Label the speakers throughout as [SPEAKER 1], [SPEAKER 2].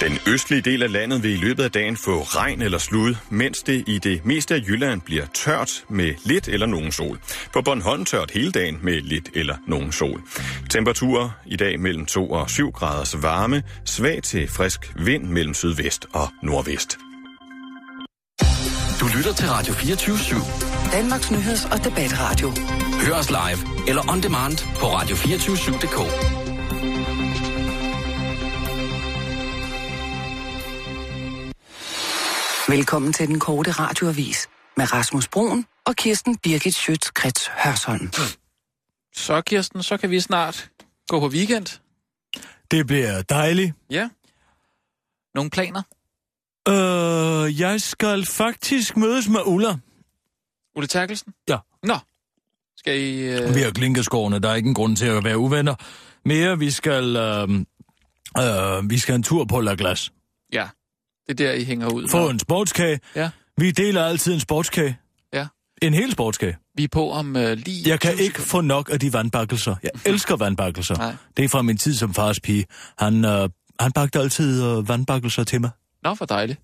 [SPEAKER 1] Den østlige del af landet vil i løbet af dagen få regn eller slud, mens det i det meste af Jylland bliver tørt med lidt eller nogen sol. På Bornholm tørt hele dagen med lidt eller nogen sol. Temperaturer i dag mellem 2 og 7 graders varme, svag til frisk vind mellem sydvest og nordvest.
[SPEAKER 2] Du lytter til Radio 24 /7.
[SPEAKER 3] Danmarks Nyheds- og Debatradio.
[SPEAKER 2] Hør os live eller on demand på radio247.dk.
[SPEAKER 3] Velkommen til den korte radioavis med Rasmus Broen og Kirsten Birgit Schøtz-Krets Hørsholm.
[SPEAKER 4] Så, Kirsten, så kan vi snart gå på weekend.
[SPEAKER 5] Det bliver dejligt.
[SPEAKER 4] Ja. Nogle planer?
[SPEAKER 5] Øh, jeg skal faktisk mødes med Ulla.
[SPEAKER 4] Ulle Terkelsen?
[SPEAKER 5] Ja.
[SPEAKER 4] Nå. Skal I... Øh...
[SPEAKER 5] Vi har klinkeskårene, der er ikke en grund til at være uvenner. Mere, vi skal, øh, øh, vi skal en tur på La Glace.
[SPEAKER 4] Ja. Det er der, I hænger ud.
[SPEAKER 5] Få
[SPEAKER 4] Nå.
[SPEAKER 5] en sportskage.
[SPEAKER 4] Ja.
[SPEAKER 5] Vi deler altid en sportskage.
[SPEAKER 4] Ja.
[SPEAKER 5] En hel sportskage.
[SPEAKER 4] Vi er på om øh, lige...
[SPEAKER 5] Jeg kan
[SPEAKER 4] 20
[SPEAKER 5] ikke
[SPEAKER 4] sekunder.
[SPEAKER 5] få nok af de vandbakkelser. Jeg elsker vandbakkelser.
[SPEAKER 4] Nej.
[SPEAKER 5] Det er fra min tid som fars pige. Han, øh, han bagte altid øh, vandbakkelser til mig.
[SPEAKER 4] Nå, for dejligt.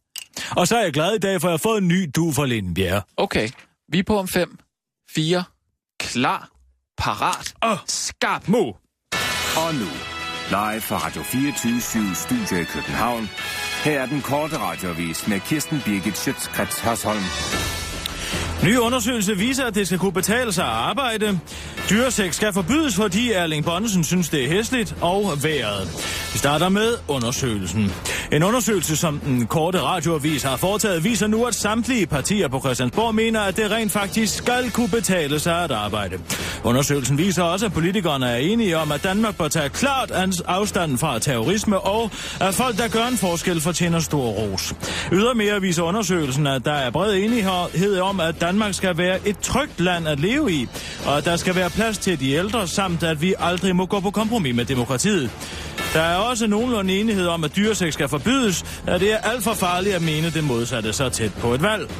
[SPEAKER 5] Og så er jeg glad i dag, for jeg har fået en ny du fra Linden Bjerre.
[SPEAKER 4] Okay. Vi er på om 5, 4, klar, parat, oh. skarp.
[SPEAKER 5] Mo!
[SPEAKER 6] Og nu, live fra Radio 24 Studio i København. Her er den korte radiovis med Kirsten Birgit Schøtzgrads Hasholm.
[SPEAKER 5] Ny undersøgelse viser, at det skal kunne betale sig at arbejde. Dyreseks skal forbydes, fordi Erling Bonnesen synes, det er hæsligt og været. Vi starter med undersøgelsen. En undersøgelse, som den korte radioavis har foretaget, viser nu, at samtlige partier på Christiansborg mener, at det rent faktisk skal kunne betale sig at arbejde. Undersøgelsen viser også, at politikerne er enige om, at Danmark bør tage klart ans- afstand fra terrorisme, og at folk, der gør en forskel, fortjener stor ros. Ydermere viser undersøgelsen, at der er bred enighed om, at Danmark skal være et trygt land at leve i, og at der skal være plads til de ældre, samt at vi aldrig må gå på kompromis med demokratiet. Der er også nogenlunde enighed om, at dyreseks skal forbydes, da det er alt for farligt at mene det modsatte så tæt på et valg.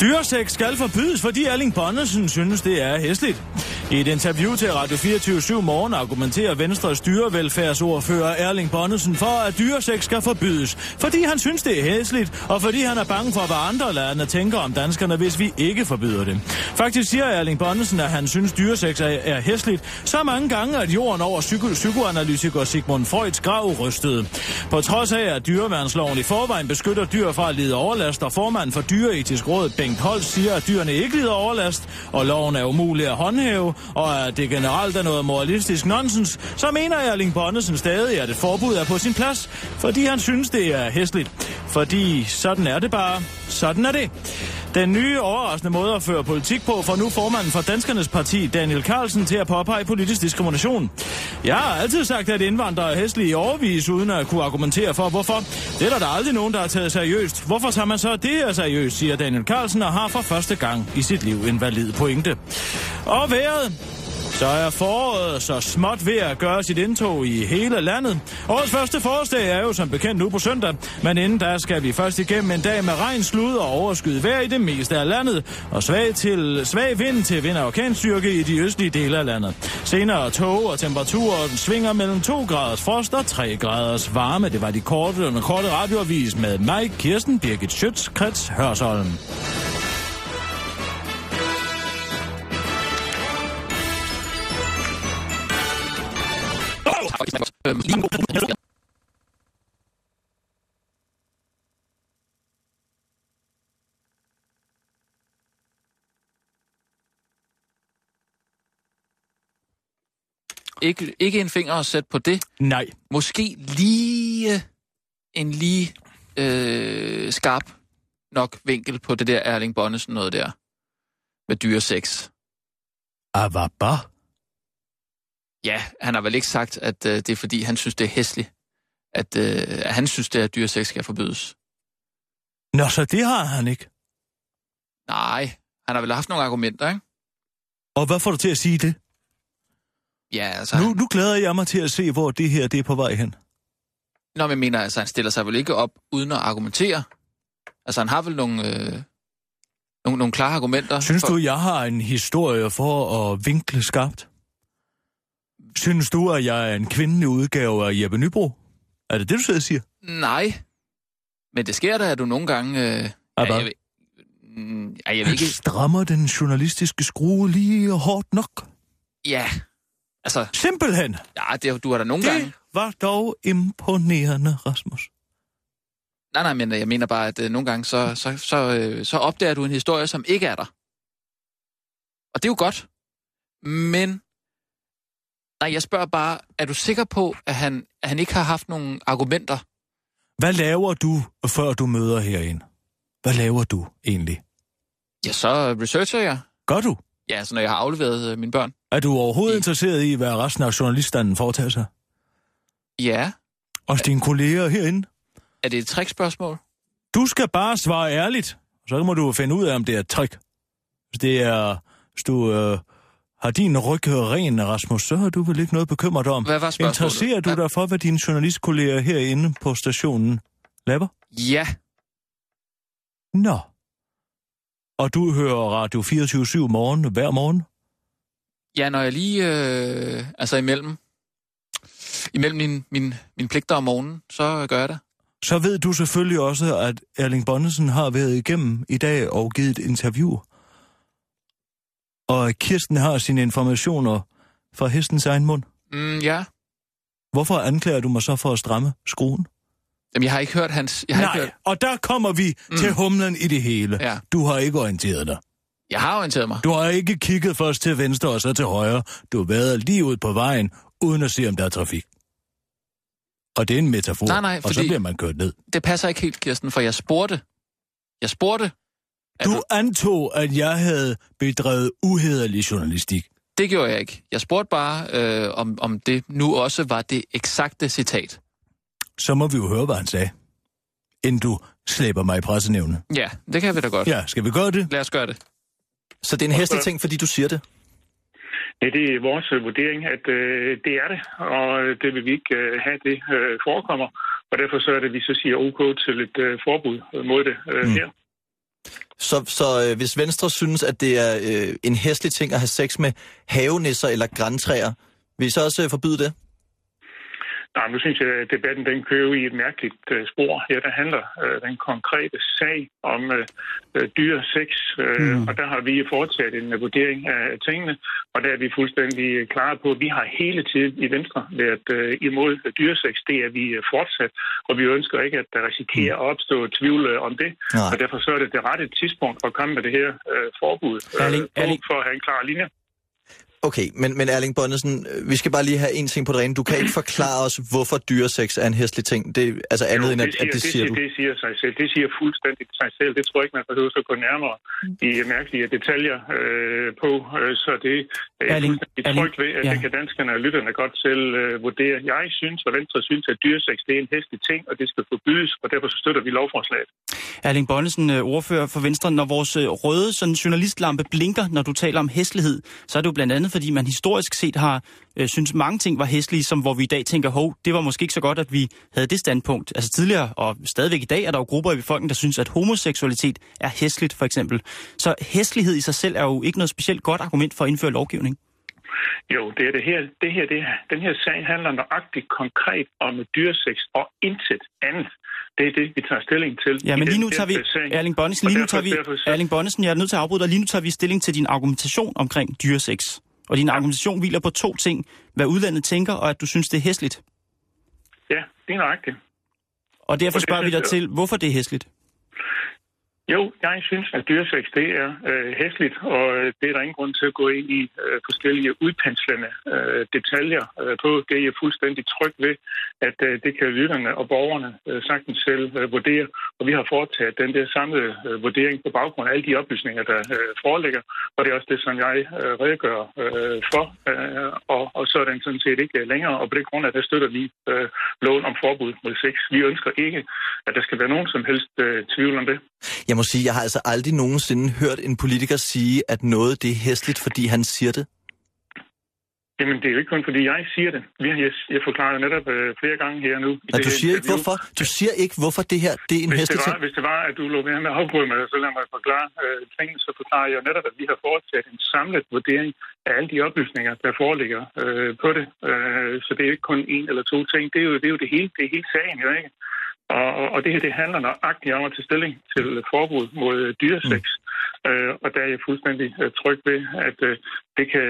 [SPEAKER 5] Dyreseks skal forbydes, fordi Erling Bonnesen synes, det er hæsligt. I et interview til Radio 24 morgen argumenterer Venstres dyrevelfærdsordfører Erling Bonnesen for, at dyreseks skal forbydes, fordi han synes, det er hæsligt, og fordi han er bange for, hvad andre lande tænker om danskerne, hvis vi ikke forbyder det. Faktisk siger Erling Bonnesen, at han synes, dyreseks er, er hæsligt så mange gange, at jorden over psyko- psykoanalytiker Sigmund Freuds grav rystede. På trods af, at dyreværnsloven i forvejen beskytter dyr fra at lide overlast, og formanden for Dyreetisk Råd, Bengt Holst, siger, at dyrene ikke lider overlast, og loven er umulig at håndhæve, og at det generelt er noget moralistisk nonsens, så mener Erling Bonnesen stadig, at et forbud er på sin plads, fordi han synes, det er hæsligt. Fordi sådan er det bare. Sådan er det. Den nye overraskende måde at føre politik på får nu formanden for Danskernes Parti, Daniel Carlsen, til at påpege politisk diskrimination. Jeg har altid sagt, at indvandrere er hæslige i overvis, uden at kunne argumentere for, hvorfor. Det er der da aldrig nogen, der har taget seriøst. Hvorfor tager man så det her seriøst, siger Daniel Carlsen, og har for første gang i sit liv en valid pointe. Og vejret. Så er foråret så småt ved at gøre sit indtog i hele landet. Årets første forårsdag er jo som bekendt nu på søndag, men inden da skal vi først igennem en dag med regn, slud og overskyet vejr i det meste af landet, og svag, til, svag vind til vind og orkanstyrke i de østlige dele af landet. Senere tog og temperaturen svinger mellem 2 graders frost og 3 graders varme. Det var de korte under korte radioavis med mig, Kirsten Birgit Schøtz, Krets Hørsholm.
[SPEAKER 4] Ikke, ikke en finger at sætte på det.
[SPEAKER 5] Nej,
[SPEAKER 4] Måske lige øh, en lige øh, skarp nok vinkel på det der Erling Bonnesen noget der. Med dyre sex.
[SPEAKER 5] Avaba.
[SPEAKER 4] Ja, han har vel ikke sagt, at øh, det er fordi, han synes, det er hæsligt. At, øh, at han synes, det er, at dyre sex skal forbydes.
[SPEAKER 5] Nå, så det har han ikke.
[SPEAKER 4] Nej, han har vel haft nogle argumenter, ikke?
[SPEAKER 5] Og hvad får du til at sige det?
[SPEAKER 4] Ja, altså...
[SPEAKER 5] Nu, nu glæder jeg mig til at se, hvor det her det er på vej hen.
[SPEAKER 4] Nå, men jeg mener, altså, han stiller sig vel ikke op uden at argumentere. Altså, han har vel nogle, øh, nogle, nogle klare argumenter.
[SPEAKER 5] Synes
[SPEAKER 4] for,
[SPEAKER 5] du, jeg har en historie for at vinkle skarpt? Synes du, at jeg er en kvindelig udgave af Jeppe Nybro? Er det det, du sidder og siger?
[SPEAKER 4] Nej. Men det sker da, at du nogle gange... Øh, ja,
[SPEAKER 5] hvad?
[SPEAKER 4] jeg, ved- Mm, ja, jeg ved ikke...
[SPEAKER 5] Strammer den journalistiske skrue lige hårdt nok?
[SPEAKER 4] Ja. Altså,
[SPEAKER 5] Simpelthen.
[SPEAKER 4] ja, det, du har da nogle det... gange...
[SPEAKER 5] Det var dog imponerende, Rasmus.
[SPEAKER 4] Nej, nej, men jeg mener bare, at øh, nogle gange, så, så, så, øh, så opdager du en historie, som ikke er der. Og det er jo godt. Men... Nej, jeg spørger bare, er du sikker på, at han, at han ikke har haft nogen argumenter?
[SPEAKER 5] Hvad laver du, før du møder herinde? Hvad laver du egentlig?
[SPEAKER 4] Ja, så researcher jeg.
[SPEAKER 5] Gør du?
[SPEAKER 4] Ja, altså når jeg har afleveret øh, mine børn.
[SPEAKER 5] Er du overhovedet
[SPEAKER 4] I-
[SPEAKER 5] interesseret i, hvad resten af journaliststanden foretager sig?
[SPEAKER 4] Ja.
[SPEAKER 5] Også dine kolleger herinde?
[SPEAKER 4] Er det et trickspørgsmål?
[SPEAKER 5] Du skal bare svare ærligt. Så må du finde ud af, om det er et trick. Hvis det er, hvis du øh, har din ryg ren, Rasmus, så har du vel ikke noget bekymret dig om.
[SPEAKER 4] Hvad var spørgsmålet?
[SPEAKER 5] Interesserer du
[SPEAKER 4] Hvad-
[SPEAKER 5] dig for, hvad dine journalistkolleger herinde på stationen laver?
[SPEAKER 4] Ja.
[SPEAKER 5] Nå. Og du hører Radio 24-7 morgen hver morgen?
[SPEAKER 4] Ja, når jeg lige... Øh, altså imellem... Imellem min, min, min pligter om morgenen, så gør jeg det.
[SPEAKER 5] Så ved du selvfølgelig også, at Erling Bonnesen har været igennem i dag og givet et interview. Og Kirsten har sine informationer fra hestens egen mund.
[SPEAKER 4] Mm, ja.
[SPEAKER 5] Hvorfor anklager du mig så for at stramme skruen?
[SPEAKER 4] Jamen, jeg har ikke hørt hans... Jeg har Ikke hørt,
[SPEAKER 5] og der kommer vi mm. til humlen i det hele.
[SPEAKER 4] Ja.
[SPEAKER 5] Du har ikke orienteret dig.
[SPEAKER 4] jeg har orienteret mig.
[SPEAKER 5] Du har ikke kigget først til venstre og så til højre. Du har været lige ud på vejen, uden at se, om der er trafik. Og det er en metafor,
[SPEAKER 4] Nej, nej,
[SPEAKER 5] og så
[SPEAKER 4] fordi-
[SPEAKER 5] bliver man kørt ned.
[SPEAKER 4] Det passer ikke helt, Kirsten, for jeg spurgte. Jeg spurgte. Er
[SPEAKER 5] Du antog, at jeg havde bedrevet uhederlig journalistik.
[SPEAKER 4] Det gjorde jeg ikke. Jeg spurgte bare, øh, om, om det nu også var det eksakte citat.
[SPEAKER 5] Så må vi jo høre, hvad han sagde. Inden du slæber mig i pressenævne.
[SPEAKER 4] Ja, det kan vi da godt.
[SPEAKER 5] Ja, skal vi gøre det?
[SPEAKER 4] Lad os gøre det.
[SPEAKER 7] Så det er en hesteting, fordi du siger det.
[SPEAKER 8] Nej, det er vores øh, vurdering, at øh, det er det, og øh, det vil vi ikke øh, have, det øh, forekommer. Og derfor så er det, at vi så siger OK til et øh, forbud øh, mod det øh, mm. her.
[SPEAKER 7] Så, så øh, hvis Venstre synes, at det er øh, en hæslig ting at have sex med havenisser eller græntræer, vil I så også øh, forbyde det?
[SPEAKER 8] Nej, nu synes jeg, at debatten den kører jo i et mærkeligt øh, spor. Ja, der handler øh, den konkrete sag om øh, øh, dyr sex, øh, mm. og der har vi foretaget en øh, vurdering af tingene, og der er vi fuldstændig øh, klare på, at vi har hele tiden i Venstre været øh, imod øh, dyresex. Det er vi øh, fortsat, og vi ønsker ikke, at der risikerer at opstå tvivl øh, om det.
[SPEAKER 7] Mm. Nej.
[SPEAKER 8] Og derfor så er det det rette tidspunkt at komme med det her øh, forbud øh,
[SPEAKER 7] Erling,
[SPEAKER 8] på,
[SPEAKER 7] Erling.
[SPEAKER 8] for at have en klar linje.
[SPEAKER 7] Okay, men, men Erling Bonnesen, øh, vi skal bare lige have en ting på det rene. Du kan ikke forklare os, hvorfor dyresex er en hæslig ting. Det, altså andet
[SPEAKER 8] Jo,
[SPEAKER 7] end, at, at det siger
[SPEAKER 8] det,
[SPEAKER 7] du.
[SPEAKER 8] det siger sig selv. Det siger fuldstændig sig selv. Det tror jeg ikke, man behøver at gå nærmere i øh, mærkelige detaljer øh, på. Øh, Så det er jeg
[SPEAKER 9] Erling,
[SPEAKER 8] fuldstændig
[SPEAKER 9] Erling,
[SPEAKER 8] tryg ved, at
[SPEAKER 9] ja.
[SPEAKER 8] det kan danskerne og lytterne godt selv øh, vurdere. Jeg synes, og Venstre synes, at dyresex det er en hæslig ting, og det skal forbydes, og derfor så støtter vi lovforslaget.
[SPEAKER 9] Erling Bonnesen, øh, ordfører for Venstre, når vores øh, røde sådan, journalistlampe blinker, når du taler om hæslighed, så er det jo blandt andet, fordi man historisk set har øh, synes mange ting var hæslige, som hvor vi i dag tænker, hov, det var måske ikke så godt, at vi havde det standpunkt. Altså tidligere og stadigvæk i dag er der jo grupper i befolkningen, der synes, at homoseksualitet er hæsligt, for eksempel. Så hæslighed i sig selv er jo ikke noget specielt godt argument for at indføre lovgivning.
[SPEAKER 8] Jo, det er det her. Det her, det her. Den her sag handler nøjagtigt konkret om dyresex og intet andet. Det er det, vi tager stilling til.
[SPEAKER 9] Ja,
[SPEAKER 8] i
[SPEAKER 9] men lige
[SPEAKER 8] den
[SPEAKER 9] nu
[SPEAKER 8] her
[SPEAKER 9] tager vi,
[SPEAKER 8] sag.
[SPEAKER 9] Erling Bonnesen,
[SPEAKER 8] Og
[SPEAKER 9] lige nu
[SPEAKER 8] derfor-
[SPEAKER 9] tager vi,
[SPEAKER 8] derfor så-
[SPEAKER 9] Erling Bonnesen, jeg er nødt til at afbryde dig, lige nu tager vi stilling til din argumentation omkring dyresex. Og din argumentation hviler på to ting, hvad udlandet tænker, og at du synes, det er hæsligt.
[SPEAKER 8] Ja, det er nøjagtigt.
[SPEAKER 9] Og derfor
[SPEAKER 8] Og det
[SPEAKER 9] spørger vi dig
[SPEAKER 8] synes jeg-
[SPEAKER 9] til, hvorfor det er hæsligt.
[SPEAKER 8] Jo, jeg synes, at dyresex det er øh, hæsligt, og øh, det er der ingen grund til at gå ind i øh, forskellige udpenslende øh, detaljer øh, på. Det er jeg fuldstændig tryg ved, at øh, det kan lytterne og borgerne øh, sagtens selv øh, vurdere. Og vi har foretaget den der samlede øh, vurdering på baggrund af alle de oplysninger, der øh, foreligger. Og det er også det, som jeg øh, redegør øh, for. Øh, og, og så er den sådan set ikke øh, længere, og på det grund af, der støtter vi øh, loven om forbud mod sex. Vi ønsker ikke, at der skal være nogen som helst øh, tvivl om det.
[SPEAKER 7] Jeg må sige, jeg har altså aldrig nogensinde hørt en politiker sige, at noget det er hæsligt, fordi han siger det.
[SPEAKER 8] Jamen, det er jo ikke kun, fordi jeg siger det. Vi har- Jeg, jeg forklarer jo netop øh, flere gange her nu. i
[SPEAKER 7] Og
[SPEAKER 8] det
[SPEAKER 7] du
[SPEAKER 8] her
[SPEAKER 7] siger ikke,
[SPEAKER 8] interview.
[SPEAKER 7] hvorfor, du siger ikke, hvorfor det her det er en
[SPEAKER 8] Hvis det, var,
[SPEAKER 7] hesteting.
[SPEAKER 8] hvis det var, at du lå være med at afbryde mig, så lad mig forklare øh, tingene, så forklarer jeg netop, at vi har foretaget en samlet vurdering af alle de oplysninger, der foreligger øh, på det. Øh, så det er ikke kun en eller to ting. Det er jo det, er jo det hele. Det er hele sagen, jo ikke? Og, og- og det her, det handler nøjagtigt om at tage stilling til forbud mod øh, dyresex. Mm. Øh, og der er jeg fuldstændig øh, tryg ved, at øh, det kan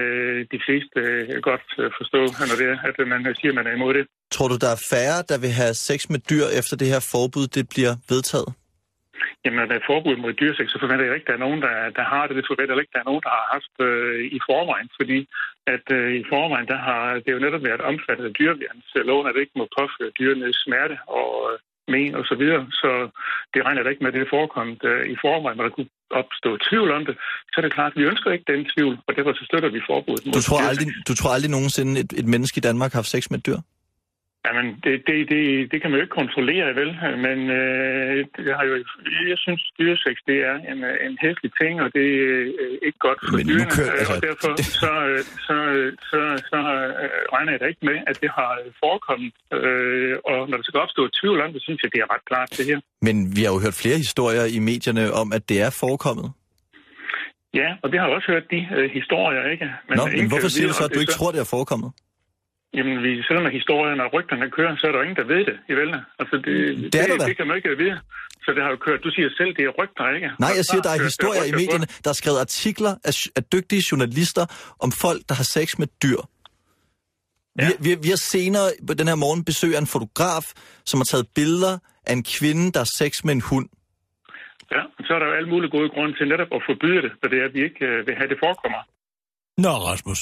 [SPEAKER 8] de fleste øh, godt øh, forstå, når det er, at øh, man siger, at man er imod det.
[SPEAKER 7] Tror du, der er færre, der vil have sex med dyr, efter det her forbud det bliver vedtaget?
[SPEAKER 8] Jamen, når der er forbud mod dyrsæk, så forventer jeg ikke, at der er nogen, der, der har det. Det forventer jeg ikke, at der er nogen, der har haft øh, i forvejen. Fordi at øh, i forvejen, der har det jo netop været omfattet af dyreværnsloven, at det ikke må påføre dyrene smerte og øh, men og så videre. Så det regner jeg da ikke med, at det er forekommet øh, i forvejen, når der kunne opstå tvivl om det. Så er det klart, at vi ønsker ikke den tvivl, og derfor så støtter vi forbuddet. mod
[SPEAKER 7] Du tror
[SPEAKER 8] dyresex.
[SPEAKER 7] aldrig, du tror aldrig nogensinde, et, et menneske i Danmark har haft sex med et dyr?
[SPEAKER 8] Jamen, det, det, det, det kan man jo ikke kontrollere, vel? Men øh, jeg, har jo, jeg synes, dyresex, det er en, øh, en hæslig ting, og det er øh, ikke godt for
[SPEAKER 7] Men nu
[SPEAKER 8] dyrene.
[SPEAKER 7] kører-
[SPEAKER 8] øh,
[SPEAKER 7] altså,
[SPEAKER 8] og derfor så, øh, så, øh, så, så øh, regner jeg da ikke med, at det har forekommet. Øh, og når der skal opstå tvivl om det, synes jeg, det er ret klart, det her.
[SPEAKER 7] Men vi har jo hørt flere historier i medierne om, at det er forekommet.
[SPEAKER 8] Ja, og vi har jo også hørt de øh, historier, ikke?
[SPEAKER 7] Nå,
[SPEAKER 8] ingen
[SPEAKER 7] men
[SPEAKER 8] kan
[SPEAKER 7] hvorfor
[SPEAKER 8] jo
[SPEAKER 7] siger du
[SPEAKER 8] vide,
[SPEAKER 7] så,
[SPEAKER 8] om
[SPEAKER 7] at
[SPEAKER 8] det
[SPEAKER 7] du ikke tror, det er forekommet?
[SPEAKER 8] Jamen, vi, selvom at historien og rygterne kører, så er der jo ingen, der ved det, i vel? Altså, det, det,
[SPEAKER 7] er der
[SPEAKER 8] det,
[SPEAKER 7] da.
[SPEAKER 8] det kan man jo ikke vide. Så det har jo kørt. Du siger selv, det er rygter, ikke?
[SPEAKER 7] Nej,
[SPEAKER 8] Og
[SPEAKER 7] jeg
[SPEAKER 8] så
[SPEAKER 7] siger, der
[SPEAKER 8] har
[SPEAKER 7] er
[SPEAKER 8] kørt
[SPEAKER 7] historier i
[SPEAKER 8] rygter på.
[SPEAKER 7] medierne, der er skrevet artikler af, af dygtige journalister om folk, der har sex med dyr. Vi,
[SPEAKER 8] Ja.
[SPEAKER 7] vi, vi har senere på den her morgen besøg af en fotograf, som har taget billeder af en kvinde, der har sex med en hund.
[SPEAKER 8] Ja, så er der jo alle mulige gode grunde til netop at forbyde det, for det er, at vi ikke øh, vil have, det forekommer.
[SPEAKER 5] Nå, Rasmus.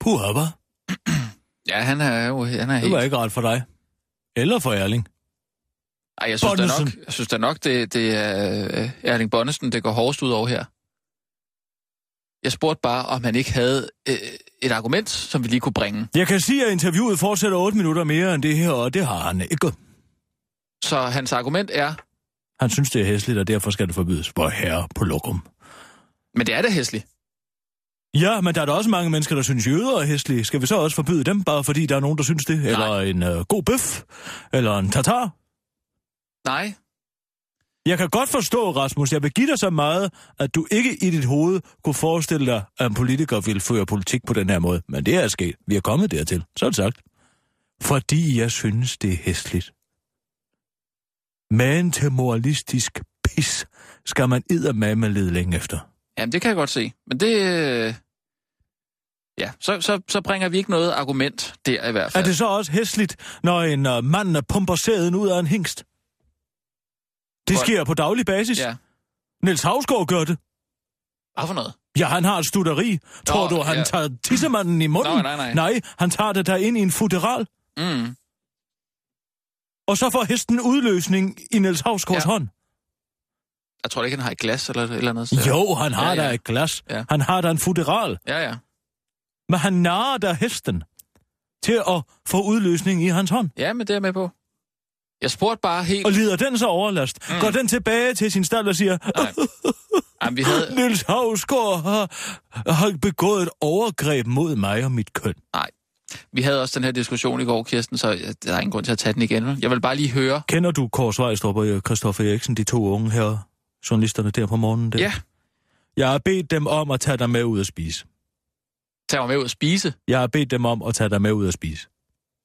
[SPEAKER 5] Puha, hva?
[SPEAKER 4] Ja, han er jo han er
[SPEAKER 5] Det
[SPEAKER 4] helt...
[SPEAKER 5] var ikke rart for dig. Eller for Erling.
[SPEAKER 4] Ej, jeg synes da nok,
[SPEAKER 5] Bonnesen.
[SPEAKER 4] jeg synes da nok det, det er øh, Erling Bonnesen, det går hårdest ud over her. Jeg spurgte bare, om han ikke havde øh, et argument, som vi lige kunne bringe.
[SPEAKER 5] Jeg kan sige, at interviewet fortsætter 8 minutter mere end det her, og det har han ikke.
[SPEAKER 4] Så hans argument er,
[SPEAKER 5] Han synes, det er hæsligt, og derfor skal det forbydes. Hvor herre på lokum.
[SPEAKER 4] men det er da hæsligt.
[SPEAKER 5] Ja, men der er da også mange mennesker, der synes, jøder er hæslige. Skal vi så også forbyde dem, bare fordi der er nogen, der synes det? Eller en øh, god bøf? Eller en tatar?
[SPEAKER 4] Nej,
[SPEAKER 5] Jeg kan godt forstå, Rasmus, jeg vil give dig så meget, at du ikke i dit hoved kunne forestille dig, at en politiker ville føre politik på den her måde. Men det er sket. Vi er kommet dertil. Sådan sagt. Fordi jeg synes, det er hæsligt. Men til moralistisk pis skal man eddermame lede længe efter.
[SPEAKER 4] Jamen, det kan jeg godt se. Men det... øh, Ja, så, så, så bringer vi ikke noget argument der i hvert
[SPEAKER 5] Er
[SPEAKER 4] fald.
[SPEAKER 5] det så også hæsligt, når en uh, mand øh, pumper sæden ud af en hingst? Det
[SPEAKER 4] Hvor-
[SPEAKER 5] sker på daglig basis. Ja.
[SPEAKER 4] Ja.
[SPEAKER 5] Niels Havsgaard gør det.
[SPEAKER 4] Hvad for noget?
[SPEAKER 5] Ja, han har et studeri. Tror du, han
[SPEAKER 4] ja.
[SPEAKER 5] tager tissemanden i munden?
[SPEAKER 4] Nå, nej, nej.
[SPEAKER 5] Nej, han tager det der ind i en fuderal,
[SPEAKER 4] Mm.
[SPEAKER 5] og så får hesten udløsning i Niels Havsgaards
[SPEAKER 4] Ja.
[SPEAKER 5] ja. hånd.
[SPEAKER 4] Jeg tror da ikke, han har et glas eller et eller andet. sted.
[SPEAKER 5] Jo, han har
[SPEAKER 4] Ja,
[SPEAKER 5] ja,
[SPEAKER 4] ja.
[SPEAKER 5] da et glas.
[SPEAKER 4] Ja.
[SPEAKER 5] Ja. Han har da en fuderal.
[SPEAKER 4] Ja, ja.
[SPEAKER 5] Men han narrer da hesten til at få udløsning i hans hånd.
[SPEAKER 4] Ja, men det er jeg med på. Jeg spurgte bare helt...
[SPEAKER 5] Og lider den så overlast, mm. går den tilbage til sin stald og siger,
[SPEAKER 4] Nej. Jamen, vi havde...
[SPEAKER 5] Niels Havsgaard har, har begået et overgreb mod mig og mit køn.
[SPEAKER 4] Vi havde også den her diskussion i går, Kirsten, så øh, der er ingen grund til at tage den igen. vel? Jeg vil bare lige høre.
[SPEAKER 5] Kender du Kåre Svejstrup og øh, Christoffer Eriksen, de to unge her, journalisterne der på morgenen? Der?
[SPEAKER 4] Ja,
[SPEAKER 5] Jeg har bedt dem om at tage dig med ud at spise.
[SPEAKER 4] tag mig med ud at spise.
[SPEAKER 5] Jeg har bedt dem om at tage dig med ud at spise.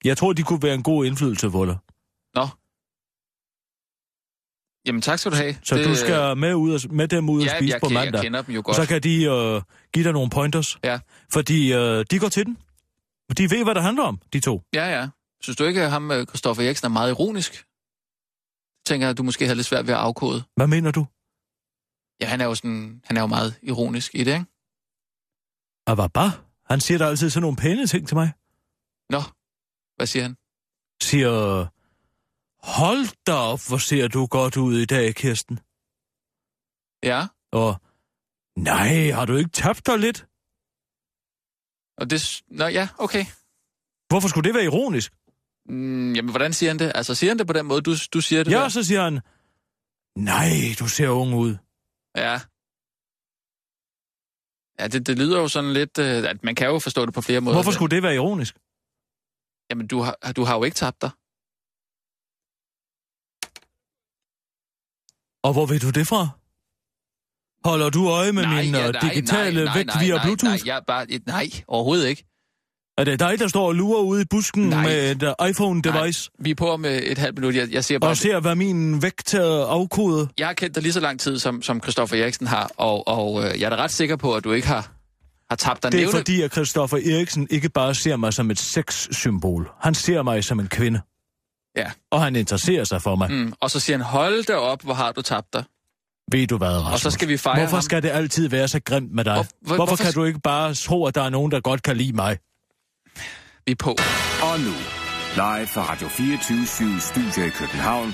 [SPEAKER 5] Jeg tror, de kunne være en god indflydelse for dig.
[SPEAKER 4] Nå. Jamen, tak skal du have.
[SPEAKER 5] Så det... du skal med, ud at, med dem ud
[SPEAKER 4] øh,
[SPEAKER 5] at
[SPEAKER 4] ja,
[SPEAKER 5] spise
[SPEAKER 4] jeg,
[SPEAKER 5] på
[SPEAKER 4] kan-
[SPEAKER 5] mandag.
[SPEAKER 4] Jeg kender dem jo
[SPEAKER 5] Og
[SPEAKER 4] godt.
[SPEAKER 5] så kan de øh, give dig nogle pointers.
[SPEAKER 4] Ja.
[SPEAKER 5] Fordi øh, de går til den. De ved, hvad det handler om, de to.
[SPEAKER 4] Ja, ja. Synes du ikke, at ham, øh, Christoffer Eriksen, er meget ironisk? Tænker jeg, at du måske havde lidt svært ved at afkode.
[SPEAKER 5] Hvad mener du?
[SPEAKER 4] Ja, han er jo, sådan, han er jo meget ironisk i det, ikke?
[SPEAKER 5] Ababa? Han siger der altid sådan nogle pæne ting til mig.
[SPEAKER 4] Nå, hvad siger han?
[SPEAKER 5] siger, hold da op, hvor ser du godt ud i dag, Kirsten.
[SPEAKER 4] Ja,
[SPEAKER 5] Og, nej, har du ikke tabt dig lidt?
[SPEAKER 4] og det... s- Nå, ja, okay.
[SPEAKER 5] Hvorfor skulle det være ironisk?
[SPEAKER 4] Mm, jamen, hvordan siger han det? Altså, siger han det på den måde, du, du siger det
[SPEAKER 5] Ja,
[SPEAKER 4] der?
[SPEAKER 5] så siger han, nej, du ser ung ud.
[SPEAKER 4] Ja. Ja, det, det lyder jo sådan lidt... Øh, at man kan jo forstå det på flere måder.
[SPEAKER 5] Hvorfor skulle det være ironisk?
[SPEAKER 4] Jamen, du har, du har jo ikke tabt dig.
[SPEAKER 5] Og hvor ved du det fra? Holder du øje med min øh, digitale vægt via Bluetooth?
[SPEAKER 4] Nej, jeg er bare, nej, overhovedet ikke.
[SPEAKER 5] Er det dig, der står og lurer ude i busken
[SPEAKER 4] Nej.
[SPEAKER 5] med et øh, iPhone-device?
[SPEAKER 4] Vi er på om øh, et halvt minut. Jeg, jeg siger bare,
[SPEAKER 5] Og ser, hvad min vægt uh, er afkodet?
[SPEAKER 4] jeg har kendt dig lige så lang tid, som, som Christoffer Eriksen har, og, og øh, jeg er da ret sikker på, at du ikke har, har tabt dig.
[SPEAKER 5] Det er
[SPEAKER 4] Nævne-
[SPEAKER 5] fordi, at Christoffer Eriksen ikke bare ser mig som et sexsymbol. Han ser mig som en kvinde.
[SPEAKER 4] Ja.
[SPEAKER 5] Og han interesserer sig for mig. Mm.
[SPEAKER 4] Mm, og så siger han, hold da op, hvor har du tabt dig.
[SPEAKER 5] Ved du hvad, Rasmus?
[SPEAKER 4] Og så skal vi fejre
[SPEAKER 5] Hvorfor
[SPEAKER 4] ham.
[SPEAKER 5] skal det altid være så grimt med dig?
[SPEAKER 4] Hvor-
[SPEAKER 5] Hvor,
[SPEAKER 4] hvor-
[SPEAKER 5] hvor, hvorfor
[SPEAKER 4] hvorfor-
[SPEAKER 5] kan du ikke bare tro, at der er nogen, der godt kan lide mig?
[SPEAKER 4] Vi er på.
[SPEAKER 6] Og nu, live fra Radio 24 Studio i København.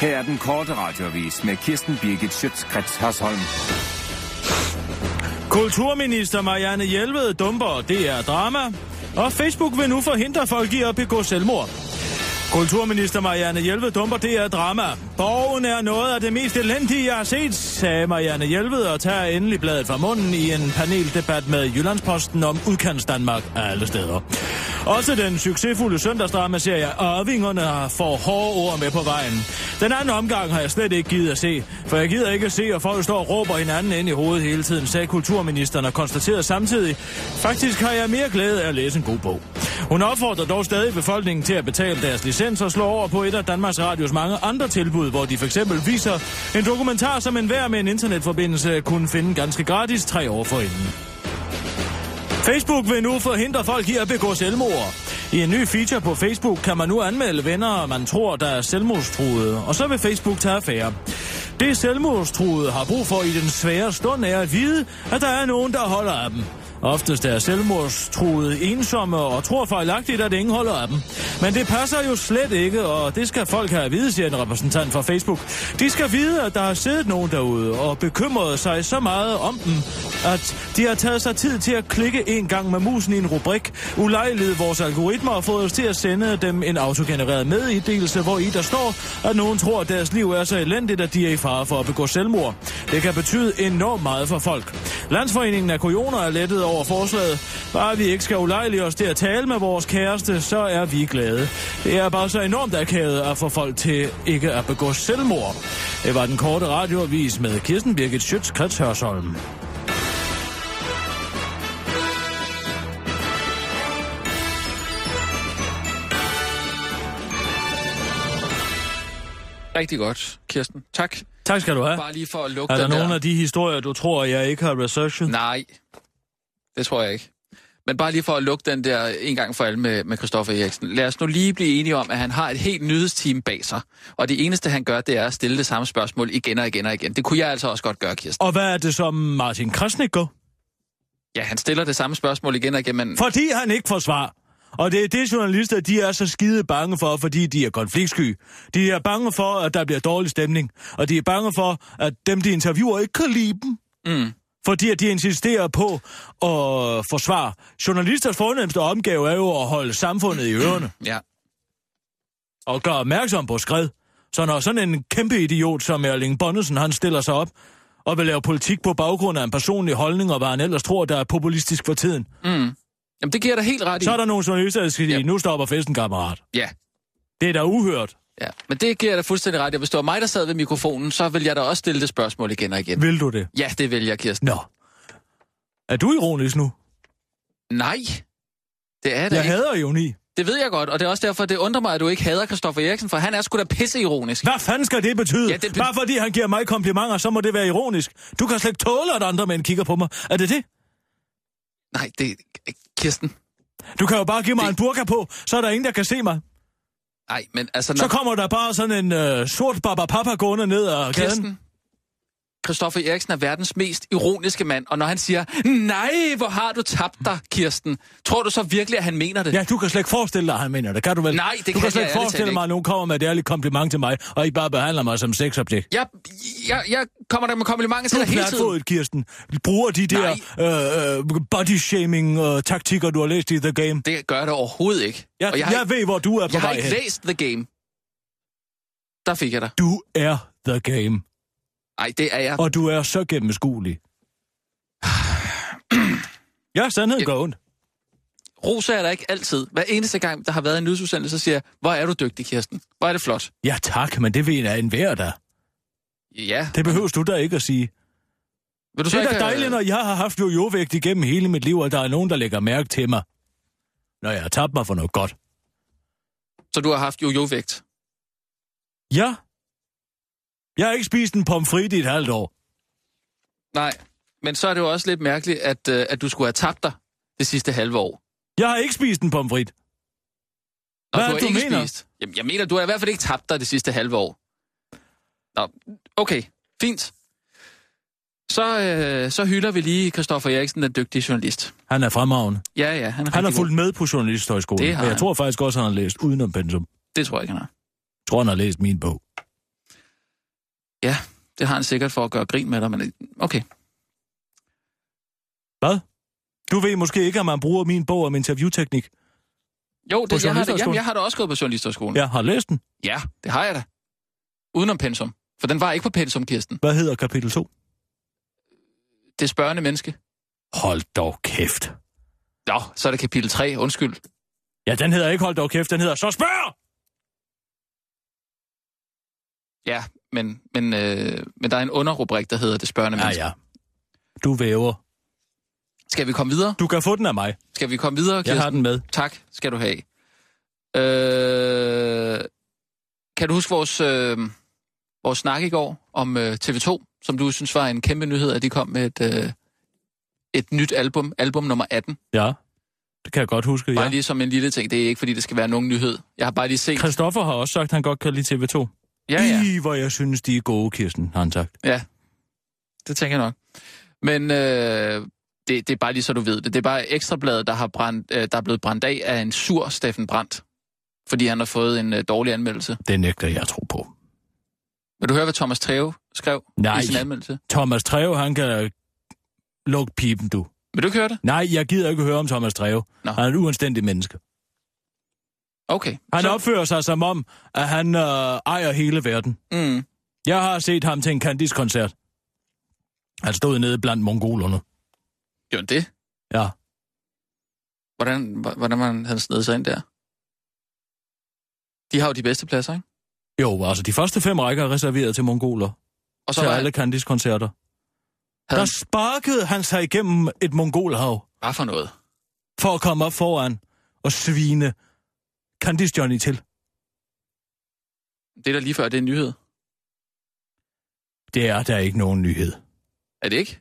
[SPEAKER 6] Her er den korte radiovis med Kirsten Birgit Schøtzgrads Hasholm.
[SPEAKER 5] Kulturminister Marianne Hjelved dumper det er drama. Og Facebook vil nu forhindre folk i at begå selvmord. Kulturminister Marianne Hjelved dumper det er drama. Borgen er noget af det mest elendige, jeg har set, sagde Marianne Hjelved og tager endelig bladet fra munden i en paneldebat med Jyllandsposten om udkants Danmark af alle steder. Også den succesfulde søndagsdramaserie Arvingerne har får hårde ord med på vejen. Den anden omgang har jeg slet ikke givet at se, for jeg gider ikke at se, at folk står og råber hinanden ind i hovedet hele tiden, sagde kulturministeren og konstaterede samtidig, faktisk har jeg mere glæde af at læse en god bog. Hun opfordrer dog stadig befolkningen til at betale deres licens og slå over på et af Danmarks Radios mange andre tilbud, hvor de for eksempel viser en dokumentar, som enhver med en internetforbindelse kunne finde ganske gratis tre år forinden. Facebook vil nu forhindre folk i at begå selvmord. I en ny feature på Facebook kan man nu anmelde venner, man tror, der er selvmordstruede, og så vil Facebook tage affære. Det selvmordstruede har brug for i den svære stund er at vide, at der er nogen, der holder af dem. Oftest er selvmordstruede ensomme og tror fejlagtigt, at ingen holder af dem. Men det passer jo slet ikke, og det skal folk have at vide, siger en repræsentant fra Facebook. De skal vide, at der har siddet nogen derude og bekymret sig så meget om dem, at de har taget sig tid til at klikke en gang med musen i en rubrik, ulejlede vores algoritmer og fået os til at sende dem en autogenereret meddelelse, hvor i der står, at nogen tror, at deres liv er så elendigt, at de er i fare for at begå selvmord. Det kan betyde enormt meget for folk. Landsforeningen af Kojoner er lettet over forslaget. Bare vi ikke skal ulejlige os til at tale med vores kæreste, så er vi glade. Det er bare så enormt akavet at få folk til ikke at begå selvmord. Det var den korte radioavis med Kirsten Birgit Schøtz-Krets Hørsholm.
[SPEAKER 4] Rigtig godt, Kirsten. Tak.
[SPEAKER 5] Tak skal du have.
[SPEAKER 4] Bare lige for at lukke
[SPEAKER 5] Er der
[SPEAKER 4] den
[SPEAKER 5] nogen
[SPEAKER 4] der.
[SPEAKER 5] af de historier, du tror, jeg ikke har researchet?
[SPEAKER 4] Nej, det tror jeg ikke. Men bare lige for at lukke den der en gang for alle med, med Christoffer Eriksen. Lad os nu lige blive enige om, at han har et helt nyhedsteam bag sig. Og det eneste, han gør, det er at stille det samme spørgsmål igen og igen og igen. Det kunne jeg altså også godt gøre, Kirsten.
[SPEAKER 5] Og hvad er det som Martin Krasnik gør?
[SPEAKER 4] Ja, han stiller det samme spørgsmål igen og igen, men...
[SPEAKER 5] Fordi han ikke får svar. Og det er det, journalister de er så skide bange for, fordi de er konfliktsky. De er bange for, at der bliver dårlig stemning. Og de er bange for, at dem, de interviewer, ikke kan lide dem.
[SPEAKER 4] Mm.
[SPEAKER 5] Fordi at de insisterer på at forsvare. Journalisters fornemmeste opgave er jo at holde samfundet i ørerne.
[SPEAKER 4] Ja,
[SPEAKER 5] og gør opmærksom på skred. Så når sådan en kæmpe idiot som Erling Bonnesen, han stiller sig op og vil lave politik på baggrund af en personlig holdning og hvad han ellers tror, der er populistisk for tiden,
[SPEAKER 4] Jamen, det giver dig helt ret i.
[SPEAKER 5] så er der nogle journalister, der skal sige,
[SPEAKER 4] Ja.
[SPEAKER 5] nu stopper festen, kammerat.
[SPEAKER 4] Ja,
[SPEAKER 5] Det er da uhørt.
[SPEAKER 4] ja. Men det giver dig fuldstændig ret i. Hvis det var mig, der sad ved mikrofonen, så ville jeg da også stille det spørgsmål igen og igen.
[SPEAKER 5] Vil du det?
[SPEAKER 4] Ja, det vil jeg, Kirsten.
[SPEAKER 5] Nå. Er du ironisk nu?
[SPEAKER 4] Nej, det er det
[SPEAKER 5] Jeg
[SPEAKER 4] ikke.
[SPEAKER 5] hader ironi.
[SPEAKER 4] Det ved jeg godt, og det er også derfor, det undrer mig, at du ikke hader Christoffer Eriksen, for han er sgu da pisseironisk.
[SPEAKER 5] Hvad fanden skal det betyde?
[SPEAKER 4] Ja, det be-
[SPEAKER 5] Bare fordi han giver mig komplimenter, så må det være ironisk. Du kan slet ikke tåle, at andre mænd kigger på mig. Er det det?
[SPEAKER 4] Nej, det Kirsten.
[SPEAKER 5] Du kan jo bare give mig
[SPEAKER 4] Det-
[SPEAKER 5] det... en burka på, så er der ingen, der kan se mig.
[SPEAKER 4] Nej, men altså...
[SPEAKER 5] Så kommer der bare sådan en øh, sort baba-papa gående ned ad gaden.
[SPEAKER 4] Kirsten. Christoffer Eriksen er verdens mest ironiske mand, og når han siger, nej, hvor har du tabt dig, Kirsten, tror du så virkelig, at han mener det?
[SPEAKER 5] Ja, du kan slet ikke forestille dig, han mener det. Kan du vel?
[SPEAKER 4] Nej, det
[SPEAKER 5] du
[SPEAKER 4] kan
[SPEAKER 5] kan slet
[SPEAKER 4] jeg
[SPEAKER 5] ikke
[SPEAKER 4] ærligt talt
[SPEAKER 5] forestille mig, at nogen kommer med et ærligt kompliment til mig, og ikke bare behandler mig som sexobjekt.
[SPEAKER 4] Jeg, jeg, jeg kommer der med komplimenter til
[SPEAKER 5] Du
[SPEAKER 4] dig hele tiden.
[SPEAKER 5] platfodet, Kirsten. Bruger de der øh, øh, body-shaming-taktikker, du har læst i The Game.
[SPEAKER 4] Det gør jeg da overhovedet ikke.
[SPEAKER 5] Jeg,
[SPEAKER 4] og jeg
[SPEAKER 5] jeg,
[SPEAKER 4] har,
[SPEAKER 5] jeg
[SPEAKER 4] ikke,
[SPEAKER 5] ved, hvor du er på
[SPEAKER 4] jeg har
[SPEAKER 5] vej
[SPEAKER 4] ikke
[SPEAKER 5] hen.
[SPEAKER 4] læst The Game. Der fik jeg dig.
[SPEAKER 5] Du er The Game,
[SPEAKER 4] Nej, det er jeg.
[SPEAKER 5] og du er så gennemskuelig. Ja, sandheden gør ondt.
[SPEAKER 4] Roser er der ikke altid. Hver eneste gang, der har været en nyhedsudsendelse, så siger jeg, hvor er du dygtig, Kirsten. Hvor er det flot.
[SPEAKER 5] Ja tak, men det ved en af enhver da.
[SPEAKER 4] Ja.
[SPEAKER 5] Det behøves du da ikke at sige.
[SPEAKER 4] Vil du
[SPEAKER 5] Det er da
[SPEAKER 4] ikke, øh,
[SPEAKER 5] dejligt, når jeg har haft jojovægt igennem hele mit liv, og der er nogen, der lægger mærke til mig. Når jeg har tabt mig for noget godt.
[SPEAKER 4] Så du har haft jojo-vægt.
[SPEAKER 5] Ja. Jeg har ikke spist en pomfrit i et halvt år.
[SPEAKER 4] Nej, men så er det jo også lidt mærkeligt, at, øh, at du skulle have tabt dig det sidste halve år.
[SPEAKER 5] Jeg har ikke spist en pomfrit.
[SPEAKER 4] Nå, du
[SPEAKER 5] Hvad er
[SPEAKER 4] har
[SPEAKER 5] det, du
[SPEAKER 4] ikke
[SPEAKER 5] mener?
[SPEAKER 4] Spist. Jamen, jeg mener, du har i hvert fald ikke tabt dig det sidste halve år. Nå, okay. Fint. Så, øh, så hylder vi lige Christoffer Eriksen, den dygtige journalist.
[SPEAKER 5] Han er fremragende.
[SPEAKER 4] Ja, ja, han er
[SPEAKER 5] Han har
[SPEAKER 4] rigtig
[SPEAKER 5] fulgt
[SPEAKER 4] god.
[SPEAKER 5] med på Journalisthøjskolen.
[SPEAKER 4] Det har
[SPEAKER 5] og jeg
[SPEAKER 4] han.
[SPEAKER 5] tror faktisk også, han har læst udenom pensum.
[SPEAKER 4] Det tror jeg ikke, han har.
[SPEAKER 5] Jeg tror, han har læst min bog.
[SPEAKER 4] Ja, det har han sikkert for at gøre grin med dig, men okay.
[SPEAKER 5] Hvad? Du ved måske ikke, at man bruger min bog om interviewteknik.
[SPEAKER 4] Jo, det, jeg, har da, jamen,
[SPEAKER 5] journalisthøjskolen?
[SPEAKER 4] jeg har da også gået på journalisterskolen.
[SPEAKER 5] Jeg har læst den.
[SPEAKER 4] ja, det har jeg da. Udenom pensum. For den var ikke på pensum, Kirsten.
[SPEAKER 5] Hvad hedder kapitel 2?
[SPEAKER 4] Det spørgende menneske.
[SPEAKER 5] Hold dog kæft.
[SPEAKER 4] Nå, så er det kapitel 3. Undskyld.
[SPEAKER 5] Ja, den hedder ikke hold dog kæft, den hedder så spørg!
[SPEAKER 4] Ja, men, men, øh, men der er en underrubrik, der hedder Det spørgende
[SPEAKER 5] Ja,
[SPEAKER 4] menneske.
[SPEAKER 5] ja. Du væver.
[SPEAKER 4] Skal vi komme videre?
[SPEAKER 5] Du kan få den af mig.
[SPEAKER 4] Skal vi komme videre, Kirsten?
[SPEAKER 5] Jeg har den med.
[SPEAKER 4] Tak skal du have. Øh, kan du huske vores, øh, vores snak i går om øh, TV2, som du synes var en kæmpe nyhed, at de kom med et, øh, et nyt album, album nummer 18?
[SPEAKER 5] Ja. Det kan jeg godt huske,
[SPEAKER 4] Bare
[SPEAKER 5] ja.
[SPEAKER 4] lige som en lille ting. Det er ikke, fordi det skal være nogen nyhed. Jeg har bare lige set...
[SPEAKER 5] Christoffer har også sagt, at han godt kan lide TV2.
[SPEAKER 4] Ja, ja.
[SPEAKER 5] I, hvor jeg synes, de er gode, Kirsten, har han sagt.
[SPEAKER 4] Det tænker jeg nok. Men øh, det, det er bare lige så du ved det. Det er bare Ekstrabladet, der, har brændt, øh, der er blevet brændt af af en sur Steffen Brandt. Fordi han har fået en øh, dårlig anmeldelse.
[SPEAKER 5] Det nægter jeg at tro på.
[SPEAKER 4] Vil du høre, hvad Thomas Treve skrev
[SPEAKER 5] Nej.
[SPEAKER 4] i sin anmeldelse?
[SPEAKER 5] Thomas Treve, han kan lukke pipen, du.
[SPEAKER 4] Vil du ikke høre det?
[SPEAKER 5] Nej, jeg gider ikke høre om Thomas Treve.
[SPEAKER 4] Nå.
[SPEAKER 5] Han er et uanstændigt menneske.
[SPEAKER 4] Okay.
[SPEAKER 5] Han
[SPEAKER 4] så,
[SPEAKER 5] opfører sig som om, at han øh, ejer hele verden.
[SPEAKER 4] mm,
[SPEAKER 5] Jeg har set ham til en Candice-koncert. Han stod nede blandt mongolerne.
[SPEAKER 4] jo, det.
[SPEAKER 5] Ja,
[SPEAKER 4] Hvordan, hv- hvordan man, han sned sig ind der? De har jo de bedste pladser, ikke?
[SPEAKER 5] jo, altså de første fem rækker er reserveret til mongoler.
[SPEAKER 4] Og så
[SPEAKER 5] til
[SPEAKER 4] var
[SPEAKER 5] alle
[SPEAKER 4] han,
[SPEAKER 5] Candice-koncerter.
[SPEAKER 4] havde han
[SPEAKER 5] Der sparkede han sig igennem et mongolhav
[SPEAKER 4] bare for noget.
[SPEAKER 5] for at komme op foran og svine Candice Johnny til.
[SPEAKER 4] Det er der lige før, det er en nyhed.
[SPEAKER 5] Det er der ikke nogen nyhed.
[SPEAKER 4] Er det ikke?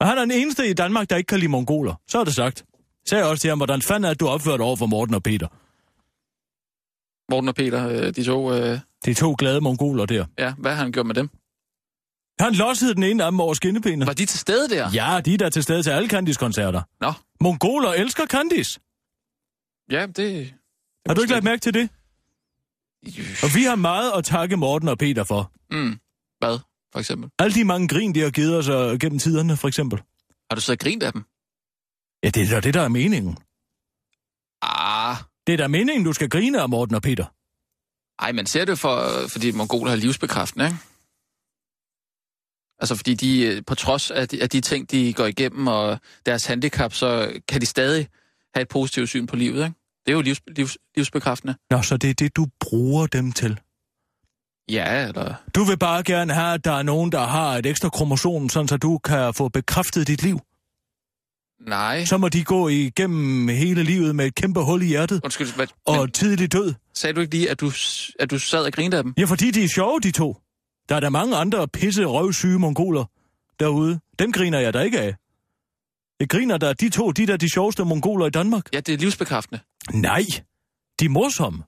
[SPEAKER 5] Og han er den eneste i Danmark, der ikke kan lide mongoler. Så er det sagt. Sagde jeg også til ham, hvordan fanden er det, du er opført over for Morten og Peter?
[SPEAKER 4] Morten og Peter, øh, de to... Øh,
[SPEAKER 5] De to glade mongoler der.
[SPEAKER 4] ja, hvad har han gjort med dem?
[SPEAKER 5] Han lossede den ene af dem over skinnebenet.
[SPEAKER 4] Var de til stede der?
[SPEAKER 5] Ja, de er der til stede til alle Candice-koncerter.
[SPEAKER 4] Nå.
[SPEAKER 5] Mongoler elsker Candice.
[SPEAKER 4] Ja, det...
[SPEAKER 5] Har du ikke lagt mærke til det? Og vi har meget at takke Morten og Peter for.
[SPEAKER 4] Mm. Hvad, for eksempel?
[SPEAKER 5] Alle de mange grin, de har givet os øh, gennem tiderne, for eksempel.
[SPEAKER 4] Har du så grint af dem?
[SPEAKER 5] Ja, det er da det, der er meningen.
[SPEAKER 4] Ah,
[SPEAKER 5] Det er da meningen, du skal grine af Morten og Peter.
[SPEAKER 4] ej, man ser det for, fordi mongoler har livsbekræftende, ikke? Altså, fordi de, øh, på trods af de, af de ting, de går igennem, og deres handicap, så kan de stadig have et positivt syn på livet, ikke? Det er jo livs, livs, livsbekræftende.
[SPEAKER 5] Nå, så det er det, du bruger dem til.
[SPEAKER 4] Ja, eller...
[SPEAKER 5] Du vil bare gerne have, at der er nogen, der har et ekstra kromosom, sådan så du kan få bekræftet dit liv.
[SPEAKER 4] Nej.
[SPEAKER 5] Så må de gå igennem hele livet med et kæmpe hul i hjertet
[SPEAKER 4] Undskyld, hvad,
[SPEAKER 5] og
[SPEAKER 4] men,
[SPEAKER 5] tidlig død.
[SPEAKER 4] sagde du ikke lige, at du, s- at du sad og grinte af dem?
[SPEAKER 5] Ja, fordi de er sjove, de to. Der er der mange andre pisse røvsyge mongoler derude. Dem griner jeg da ikke af. Jeg griner der de to, de der de sjoveste mongoler i Danmark.
[SPEAKER 4] Ja, det er livsbekræftende.
[SPEAKER 5] Nej, de er morsomme.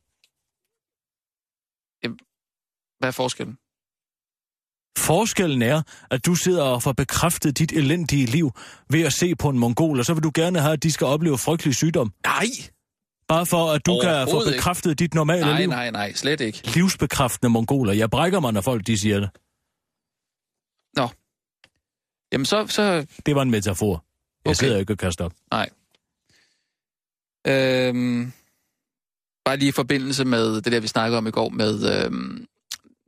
[SPEAKER 4] Hvad er forskellen?
[SPEAKER 5] Forskellen er, at du sidder og får bekræftet dit elendige liv ved at se på en mongol, og så vil du gerne have, at de skal opleve frygtelig sygdom.
[SPEAKER 4] Nej!
[SPEAKER 5] Bare for, at du kan få
[SPEAKER 4] Overhovedet ikke.
[SPEAKER 5] bekræftet dit normale
[SPEAKER 4] Nej,
[SPEAKER 5] liv.
[SPEAKER 4] nej, nej, slet ikke.
[SPEAKER 5] Livsbekræftende mongoler. Jeg brækker mig, når folk de siger det.
[SPEAKER 4] Jamen, så, så
[SPEAKER 5] Det var en metafor. Jeg
[SPEAKER 4] Okay.
[SPEAKER 5] okay. sidder ikke og kaster op.
[SPEAKER 4] Øhm, bare lige i forbindelse med det der, vi snakkede om i går med... Øhm,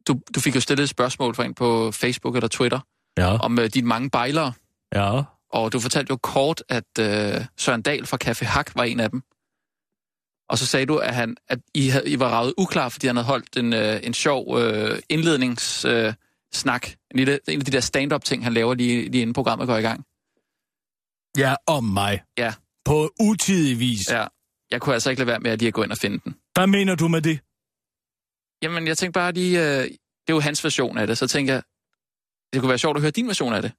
[SPEAKER 4] du, du fik jo stillet et spørgsmål fra en på Facebook eller Twitter
[SPEAKER 5] Ja,
[SPEAKER 4] om øh, dine mange bejlere.
[SPEAKER 5] ja.
[SPEAKER 4] Og du fortalte jo kort, at øh, Søren Dahl fra Café Hak var en af dem. Og så sagde du, at, han, at I, havde, I var ravet uklar, fordi han havde holdt en, øh, en sjov øh, indledningssnak. Øh, snak. en, lille, en af de der stand-up-ting, han laver lige, lige inden programmet går i gang.
[SPEAKER 5] Ja, om mig.
[SPEAKER 4] Ja.
[SPEAKER 5] På utidig vis. Ja.
[SPEAKER 4] Ja, jeg kunne altså ikke lade være med at lige at gå ind og finde den.
[SPEAKER 5] Hvad mener du med det?
[SPEAKER 4] Jamen, jeg tænkte bare lige, øh, det er jo hans version af det, så tænker jeg, det kunne være sjovt at høre din version af det.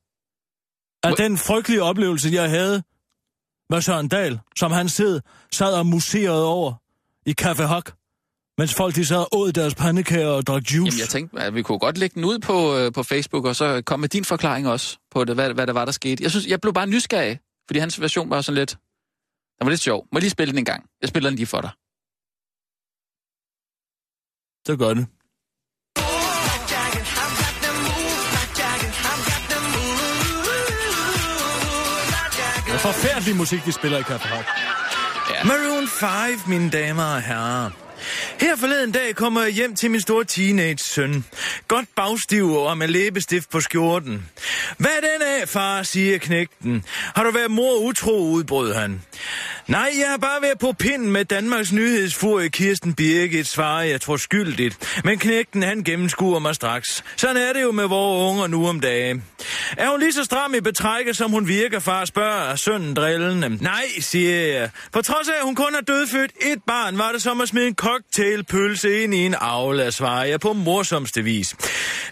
[SPEAKER 5] At
[SPEAKER 4] Må-
[SPEAKER 5] den frygtelige oplevelse, jeg havde med Søren Dahl, som han sid, sad og muserede over i Café Hock, mens folk de sad og åd deres pandekager og drak juice.
[SPEAKER 4] Jamen, jeg tænkte, at vi kunne godt lægge den ud på, øh, på Facebook, og så komme med din forklaring også på, det, hvad, hvad der var, der skete. Jeg synes, jeg blev bare nysgerrig, fordi hans version var sådan lidt, den var lidt sjov. Må jeg lige spille den en gang? Jeg spiller den lige for dig.
[SPEAKER 5] Så gør det. Det er Forfærdelig musik, de spiller i Café Rock.
[SPEAKER 10] Maroon 5, mine damer og herrer. Her forleden dag kommer jeg hjem til min store teenage-søn. Godt bagstiv og med læbestift på skjorten. Hvad er den af, far, siger knægten. Har du været mor utro, udbrød han. Nej, jeg har bare været på pinden med Danmarks nyhedsfurie Kirsten Birgit, svarer jeg tror skyldigt. Men knægten, han gennemskuer mig straks. Sådan er det jo med vore unger nu om dagen. Er hun lige så stram i betrækket, som hun virker, far, spørger sønnen drillende. Nej, siger jeg. På trods af, at hun kun har dødfødt et barn, var det som at smide en cocktailpølse ind i en aula, svarer jeg på morsomste vis.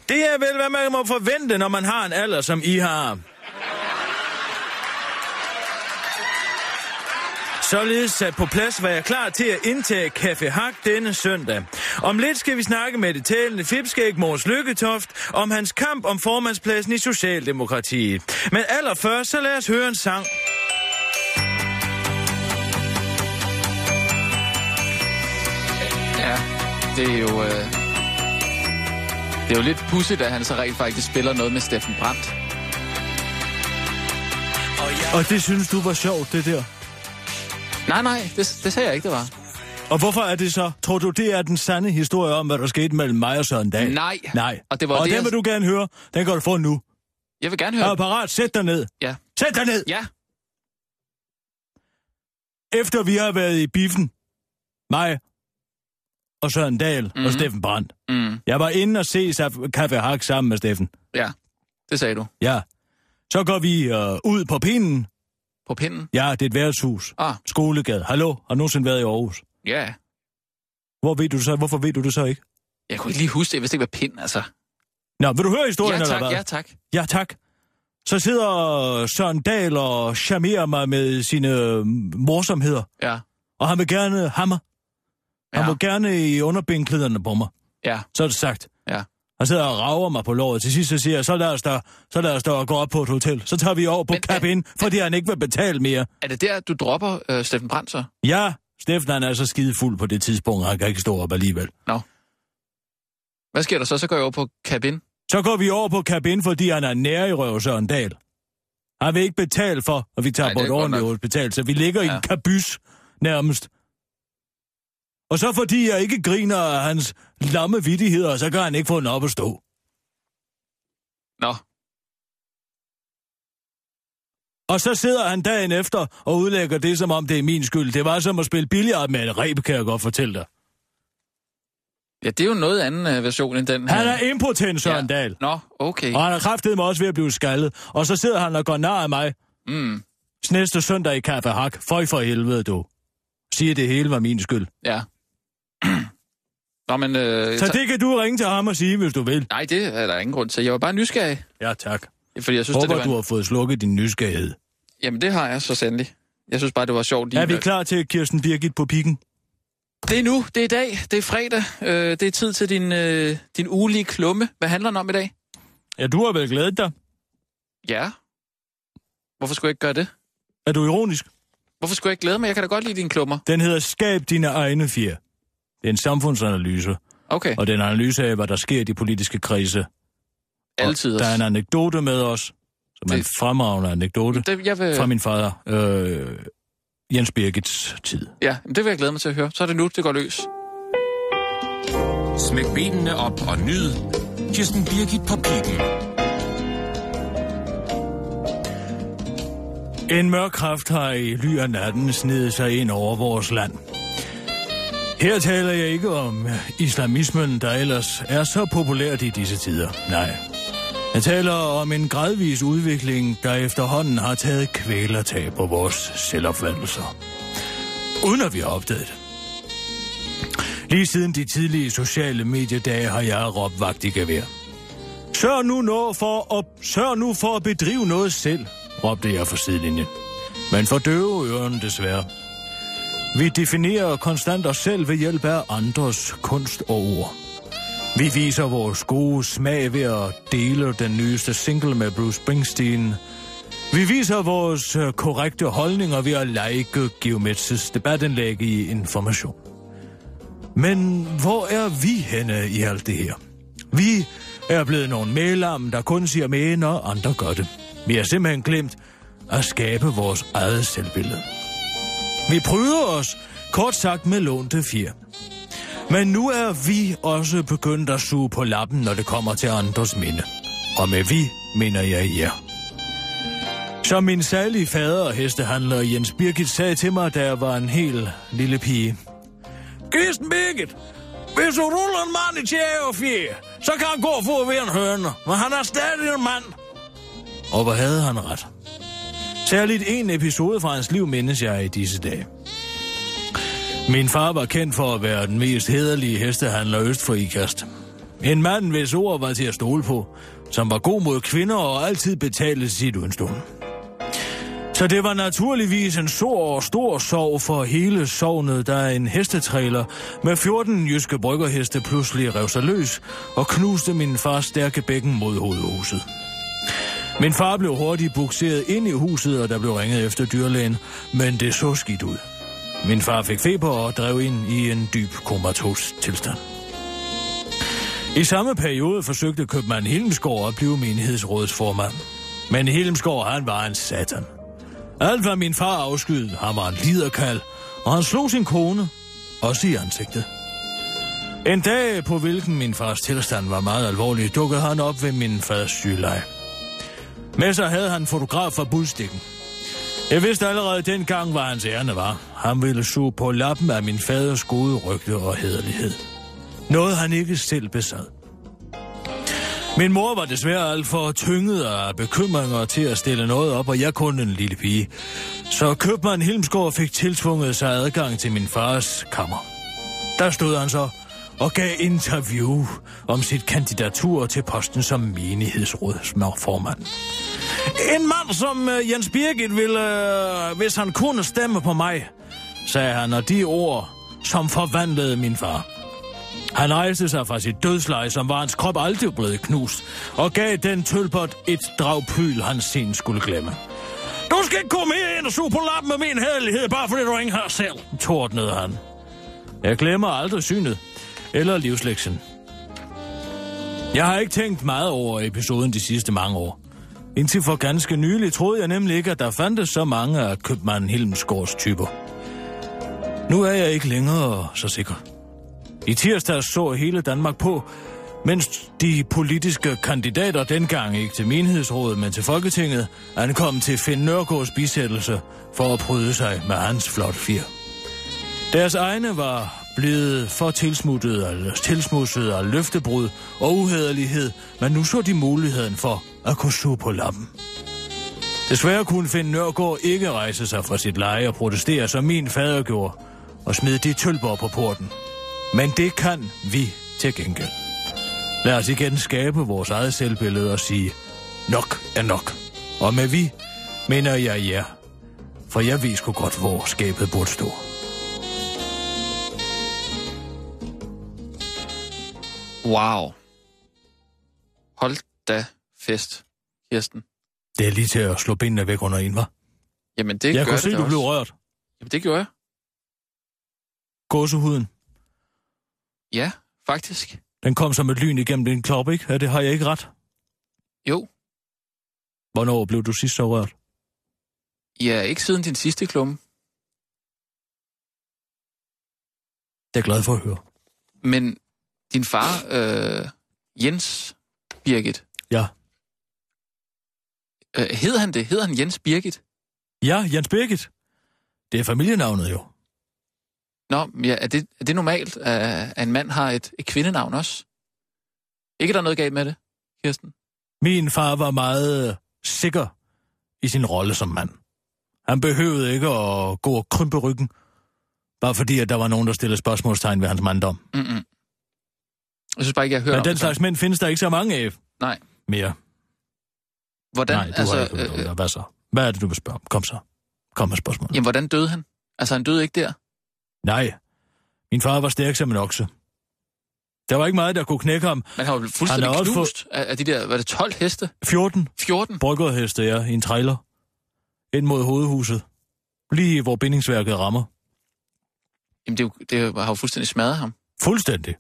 [SPEAKER 10] Det er vel, hvad man må forvente, når man har en alder, som I har. Således sat på plads var jeg klar til at indtage Café Hak denne søndag. Om lidt skal vi snakke med det talende fipskæg Måns Lykketoft om hans kamp om formandspladsen i Socialdemokratiet. Men allerførst så lad os høre en sang.
[SPEAKER 4] Ja, det er jo... Øh... Det er jo lidt pudsigt, at han så rent faktisk spiller noget med Steffen Brandt.
[SPEAKER 5] Og det synes du var sjovt, det der.
[SPEAKER 4] Nej, nej, det, det sagde jeg ikke, det var.
[SPEAKER 5] Og hvorfor er det så? Tror du, det er den sande historie om, hvad der skete mellem mig og Søren Dahl?
[SPEAKER 4] Nej.
[SPEAKER 5] Nej.
[SPEAKER 4] Og det var
[SPEAKER 5] og
[SPEAKER 4] det,
[SPEAKER 5] den
[SPEAKER 4] jeg-
[SPEAKER 5] vil du gerne høre. Den kan du få nu.
[SPEAKER 4] Jeg vil gerne
[SPEAKER 5] Er
[SPEAKER 4] høre...
[SPEAKER 5] du parat? Sæt dig ned.
[SPEAKER 4] Ja.
[SPEAKER 5] Sæt dig ned!
[SPEAKER 4] Ja,
[SPEAKER 5] Efter vi har været i biffen, mig og Søren Dahl mm-hmm.
[SPEAKER 4] Mhm.
[SPEAKER 5] og Steffen Brandt.
[SPEAKER 4] mm,
[SPEAKER 5] Jeg var inde og se Saf- Café Hak sammen med Steffen.
[SPEAKER 4] det sagde du.
[SPEAKER 5] Ja. Så går vi øh, ud på pinden.
[SPEAKER 4] På pinden?
[SPEAKER 5] Ja, det er et værtshus.
[SPEAKER 4] Ah,
[SPEAKER 5] Skolegade. Hallo, har du nogensinde været i Aarhus?
[SPEAKER 4] ja.
[SPEAKER 5] Hvor ved du det så? Hvorfor ved du det så ikke?
[SPEAKER 4] Jeg kunne ikke lige huske det, hvis det ikke var pind, altså.
[SPEAKER 5] Nå, vil du høre historien,
[SPEAKER 4] Ja
[SPEAKER 5] eller hvad?
[SPEAKER 4] tak, ja tak.
[SPEAKER 5] Ja, tak. Så sidder Søren Dahl og charmerer mig med sine øh, morsomheder,
[SPEAKER 4] Ja,
[SPEAKER 5] og han vil gerne hammer. Han
[SPEAKER 4] Ja.
[SPEAKER 5] ja. må gerne i underbenklæderne på mig.
[SPEAKER 4] ja.
[SPEAKER 5] Så er det sagt.
[SPEAKER 4] Ja.
[SPEAKER 5] Han sidder og rager mig på låret. Til sidst så siger jeg, så lad os da, så lad os da gå op på et hotel. Så tager vi over på
[SPEAKER 4] Men,
[SPEAKER 5] Cap Inn, fordi han ikke vil betale mere.
[SPEAKER 4] Er det der, du dropper øh, Steffen Brandt så?
[SPEAKER 5] Ja, Steffen han er så skidefuld på det tidspunkt, han kan ikke stå op alligevel.
[SPEAKER 4] Hvad sker der så? Så går jeg over på kabin.
[SPEAKER 5] Så går vi over på Cap Inn, fordi han er nær i røv, Søren Dahl. Han vil ikke betale for, og vi tager
[SPEAKER 4] Nej,
[SPEAKER 5] på
[SPEAKER 4] det
[SPEAKER 5] et
[SPEAKER 4] er godt
[SPEAKER 5] ordentligt
[SPEAKER 4] nok.
[SPEAKER 5] hospital, så vi ligger ja. i
[SPEAKER 4] Ja.
[SPEAKER 5] en kabys nærmest. Og så fordi jeg ikke griner af hans lamme vittigheder, så kan han ikke få den op at stå.
[SPEAKER 4] Nå,
[SPEAKER 5] Og så sidder han dagen efter og udlægger det, som om det er min skyld. Det var som at spille billiard med en reb, kan jeg godt fortælle dig.
[SPEAKER 4] ja, det er jo noget anden øh, version end den her.
[SPEAKER 5] Han er impotent, Søren
[SPEAKER 4] Ja.
[SPEAKER 5] ja. Dahl.
[SPEAKER 4] Nå, okay.
[SPEAKER 5] Og han har kraftet mig også ved at blive skaldet. Og så sidder han og går nar af mig
[SPEAKER 4] Mm,
[SPEAKER 5] næste søndag i Café Hak. Føj for helvede, du. Siger, det hele var min skyld.
[SPEAKER 4] ja. Nå, men... Øh,
[SPEAKER 5] Så
[SPEAKER 4] så-
[SPEAKER 5] det kan du ringe til ham og sige, hvis du vil.
[SPEAKER 4] Nej, det er der ingen grund til. Jeg var bare nysgerrig,
[SPEAKER 5] Ja, tak.
[SPEAKER 4] fordi jeg synes, det, det
[SPEAKER 5] Håber,
[SPEAKER 4] var...
[SPEAKER 5] du har fået slukket din nysgerrighed.
[SPEAKER 4] Jamen, det har jeg så sandelig. Jeg synes bare, det var sjovt lige...
[SPEAKER 5] Er vi klar til Kirsten Birgit på pikken?
[SPEAKER 4] Det er nu, det er i dag, det er fredag, øh, det er tid til din, øh, din ugelige klumme. Hvad handler den om i dag?
[SPEAKER 5] Ja, du har vel glædet dig.
[SPEAKER 4] Ja. Hvorfor skulle jeg ikke gøre det?
[SPEAKER 5] Er du ironisk?
[SPEAKER 4] Hvorfor skulle jeg ikke glæde mig? Jeg kan da godt lide dine klummer.
[SPEAKER 5] Den hedder Skab dine egne fjer. Det er en samfundsanalyse.
[SPEAKER 4] Okay,
[SPEAKER 5] og den analyse af, hvad der sker i de politiske krise.
[SPEAKER 4] altid.
[SPEAKER 5] Og Der er en anekdote med os, som er en
[SPEAKER 4] Det-
[SPEAKER 5] fremragende anekdote
[SPEAKER 4] Det, jeg vil...
[SPEAKER 5] fra min fader, øh, Jens Birgits tid.
[SPEAKER 4] Ja, men det vil jeg glæde mig til at høre. Så er det nu, det går løs.
[SPEAKER 2] Smæk benene op og nyd. Kirsten Birgit på pikken.
[SPEAKER 5] En mørk kraft har i ly af natten snedet sig ind over vores land. Her taler jeg ikke om islamismen, der ellers er så populært i disse tider. Nej. Jeg taler om en gradvis udvikling, der efterhånden har taget kvælertag på vores selvopfattelser. Uden at vi har opdaget det. Lige siden de tidlige sociale mediedage har jeg råbt vagt i gevær. Sørg nu, nå for at, sørg nu for at bedrive noget selv, råbte jeg fra sidelinjen. Men for døve ørerne desværre. Vi definerer konstant os selv ved hjælp af andres kunst og ord. Vi viser vores gode smag ved at dele den nyeste single med Bruce Springsteen. Vi viser vores øh, korrekte holdninger ved at like Geomets debatindlæg i Information. Men hvor er vi henne i alt det her? Vi er blevet nogle medlem, der kun siger med, når andre gør det. Vi har simpelthen glemt at skabe vores eget selvbillede. Vi prøver os, kort sagt, med lånte fjer. Men nu er vi også begyndt at suge på lappen, når det kommer til andres minde. Og med vi mener jeg jer. Som min særlige fader og hestehandler Jens Birgit sagde til mig, da jeg var en helt lille pige. Kirsten Birgit, hvis du ruller en mand i tjære og fjer, så kan han gå for at være en høne, men han er stadig en mand. Og hvor havde han ret? Særligt en episode fra hans liv mindes jeg i disse dage. Min far var kendt for at være den mest hederlige hestehandler øst for Ikast. En mand, hvis ord var til at stole på, som var god mod kvinder og altid betalte sit udstående. Så det var naturligvis en stor og stor sorg for hele sovnet, da en hestetræler med 14 jyske bryggerheste pludselig rev sig løs og knuste min fars stærke bækken mod hovedhuset. Min far blev hurtigt bukseret ind i huset, og der blev ringet efter dyrlægen, men det så skidt ud. Min far fik feber og drev ind i en dyb komatos tilstand. I samme periode forsøgte købmand Hilmsgaard at blive menighedsrådsformand. Men Hilmsgaard, han var en satan. Alt hvad min far afskyede, han var en liderkald, og han slog sin kone, også i ansigtet. En dag, på hvilken min fars tilstand var meget alvorlig, dukkede han op ved min faders sygeleje. Med sig havde han en fotograf fra budstikken. Jeg vidste allerede dengang, hvad hans ærne var. Han ville suge på lappen af min faders gode rygte og hederlighed. Noget han ikke selv besad. Min mor var desværre alt for tynget af bekymringer til at stille noget op, og jeg kun en lille pige. Så købmand Hilmsgaard fik tiltvunget sig adgang til min fars kammer. Der stod han så og gav interview om sit kandidatur til posten som menighedsrådsformand. En mand som øh, Jens Birgit ville, øh, hvis han kunne stemme på mig, sagde han, og de ord, som forvandlede min far. Han rejste sig fra sit dødsleje, som var hans krop aldrig blevet knust, og gav den tølpot et dragpyl, han sen skulle glemme. Du skal ikke komme ind og suge på lappen med min hederlighed, bare fordi du ikke har selv, tordnede han. Jeg glemmer aldrig synet, eller livslektionen. Jeg har ikke tænkt meget over episoden de sidste mange år. Indtil for ganske nylig troede jeg nemlig ikke, at der fandtes så mange af købmanden Hilmsgaards typer. Nu er jeg ikke længere så sikker. I tirsdags så hele Danmark på, mens de politiske kandidater dengang ikke til menighedsrådet, men til Folketinget, ankom til Finn Nørgaards bisættelse for at bryde sig med hans flot fire. Deres egne var blevet for tilsmuttet af, tilsmudset af løftebrud og uhederlighed, men nu så de muligheden for at kunne suge på lappen. Desværre kunne Finn Nørgaard ikke rejse sig fra sit leje og protestere, som min fader gjorde, og smide de tølper på porten. Men det kan vi til gengæld. Lad os igen skabe vores eget selvbillede og sige, nok er nok. Og med vi mener jeg jer, for jeg ved sgu godt, hvor skabet burde stå.
[SPEAKER 4] Wow. Hold da fest, Kirsten.
[SPEAKER 5] Det er lige til at slå benene væk under en, var.
[SPEAKER 4] Jamen, det
[SPEAKER 5] Jeg
[SPEAKER 4] gør
[SPEAKER 5] kunne
[SPEAKER 4] det
[SPEAKER 5] se,
[SPEAKER 4] da
[SPEAKER 5] du
[SPEAKER 4] også.
[SPEAKER 5] blev rørt.
[SPEAKER 4] Jamen, det gjorde jeg.
[SPEAKER 5] Gåsehuden.
[SPEAKER 4] Ja, faktisk.
[SPEAKER 5] Den kom som et lyn igennem din krop, ikke? Ja, det har jeg ikke ret.
[SPEAKER 4] Jo.
[SPEAKER 5] Hvornår blev du sidst så rørt?
[SPEAKER 4] Ja, ikke siden din sidste klumme.
[SPEAKER 5] Det er jeg glad for at høre.
[SPEAKER 4] Men din far, øh, Jens Birgit,
[SPEAKER 5] Ja.
[SPEAKER 4] øh, hed han det? Hed han Jens Birgit?
[SPEAKER 5] Ja, Jens Birgit. Det er familienavnet jo.
[SPEAKER 4] Nå, men ja, er, det, er det normalt, at at en mand har et, et kvindenavn også? Ikke, der er noget galt med det, Kirsten?
[SPEAKER 5] Min far var meget øh, sikker i sin rolle som mand. Han behøvede ikke at gå og krympe ryggen, bare fordi, at der var nogen, der stillede spørgsmålstegn ved hans manddom.
[SPEAKER 4] Mm-mm. Jeg synes bare ikke, jeg hører
[SPEAKER 5] Men den slags mænd findes der ikke så mange af
[SPEAKER 4] Nej.
[SPEAKER 5] mere.
[SPEAKER 4] Hvordan,
[SPEAKER 5] Nej, du altså,
[SPEAKER 4] altså,
[SPEAKER 5] har ikke øh,
[SPEAKER 4] øh,
[SPEAKER 5] øh, Hvad så? Hvad er det, du vil spørge om? Kom så. Kom med spørgsmål.
[SPEAKER 4] jamen, hvordan døde han? Altså, han døde ikke der?
[SPEAKER 5] Nej. Min far var stærk som en okse. Der var ikke meget, der kunne knække ham.
[SPEAKER 4] Men han var blevet fuldstændig
[SPEAKER 5] Han er også
[SPEAKER 4] knust af, af de der, var det 12 heste?
[SPEAKER 5] 14
[SPEAKER 4] 14?
[SPEAKER 5] bryggerheste, ja, i en trailer. Ind mod hovedhuset. Lige hvor bindingsværket rammer.
[SPEAKER 4] Jamen, det, er jo- det er jo- har jo fuldstændig smadret ham.
[SPEAKER 5] Fuldstændig.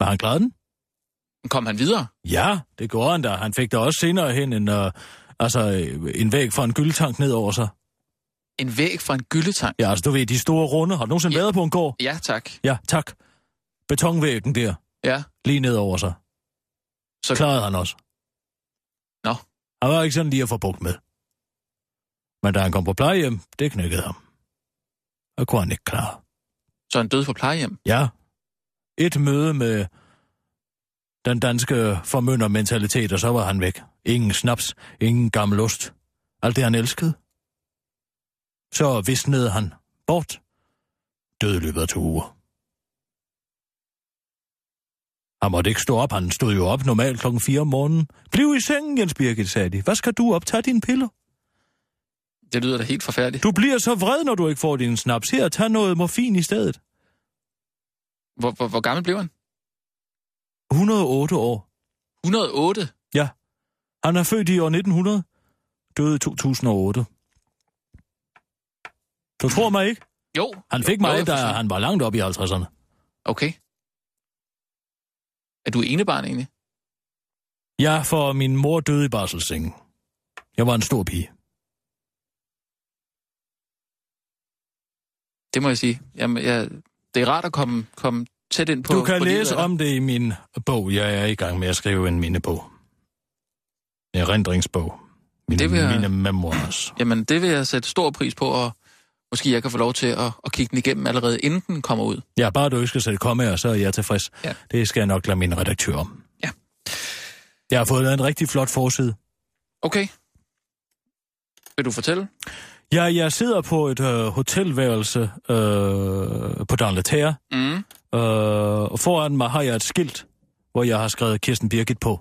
[SPEAKER 5] Var han glad den?
[SPEAKER 4] Men Kom han videre?
[SPEAKER 5] Ja, det gjorde han da. Han fik da også senere hen en, øh, altså, øh, en væg fra en gyldtank ned over sig.
[SPEAKER 4] En væg fra en gyldetank?
[SPEAKER 5] Ja, altså du ved, de store runde. Har du nogensinde
[SPEAKER 4] Ja.
[SPEAKER 5] været på en gård?
[SPEAKER 4] Ja, tak.
[SPEAKER 5] Ja, tak. Betonvæggen der,
[SPEAKER 4] Ja.
[SPEAKER 5] lige ned over sig.
[SPEAKER 4] Så-
[SPEAKER 5] Så klarede han også.
[SPEAKER 4] Nå.
[SPEAKER 5] Han var ikke sådan lige at få bukt med. Men da han kom på plejehjem, det knækkede ham. Og kunne han ikke klare.
[SPEAKER 4] Så han døde på plejehjem?
[SPEAKER 5] Ja. Et møde med den danske formyndermentalitet, og så var han væk. Ingen snaps, ingen gammel ost. Alt det, han elskede. Så visnede han bort. Døde i løbet af to uger. Han måtte ikke stå op. Han stod jo op normalt klokken 4 om morgenen. Bliv i sengen, Jens Birgit, sagde de. Hvad skal du op? Tag dine piller.
[SPEAKER 4] Det lyder da helt forfærdeligt.
[SPEAKER 5] Du bliver så vred, når du ikke får din snaps. Her, tag noget morfin i stedet.
[SPEAKER 4] Hvor, hvor, hvor gammel blev han?
[SPEAKER 5] 108 år.
[SPEAKER 4] 108?
[SPEAKER 5] Han er født i år 1900, døde i 2008. Du tror mig ikke?
[SPEAKER 4] Jo.
[SPEAKER 5] Han fik
[SPEAKER 4] Jo, jo,
[SPEAKER 5] mig,
[SPEAKER 4] jeg
[SPEAKER 5] da
[SPEAKER 4] forstår.
[SPEAKER 5] han var langt op i 50'erne.
[SPEAKER 4] Okay. Er du enebarn egentlig?
[SPEAKER 5] Ja, for min mor døde i barselssengen. Jeg var en stor pige.
[SPEAKER 4] Det må jeg sige. Jamen, jeg, det er rart at komme, komme tæt ind på...
[SPEAKER 5] du kan
[SPEAKER 4] på livet
[SPEAKER 5] læse
[SPEAKER 4] af dig.
[SPEAKER 5] om det i min bog. Jeg er i gang med at skrive en mindebog. En erindringsbog. Mine,
[SPEAKER 4] Det vil jeg-
[SPEAKER 5] mine memoirs.
[SPEAKER 4] Jamen, det vil jeg sætte stor pris på, og måske jeg kan få lov til at, at kigge den igennem allerede, inden den kommer ud.
[SPEAKER 5] Ja, bare du ikke skal sætte komme her, så er jeg tilfreds.
[SPEAKER 4] Ja.
[SPEAKER 5] Det skal jeg nok lade min redaktør om.
[SPEAKER 4] Ja.
[SPEAKER 5] Jeg har fået lavet en rigtig flot forside.
[SPEAKER 4] Okay. Vil du fortælle?
[SPEAKER 5] Ja, jeg sidder på et øh, hotelværelse øh, på Danleterre,
[SPEAKER 4] Mm.
[SPEAKER 5] øh, og foran mig har jeg et skilt, hvor jeg har skrevet Kirsten Birgit på,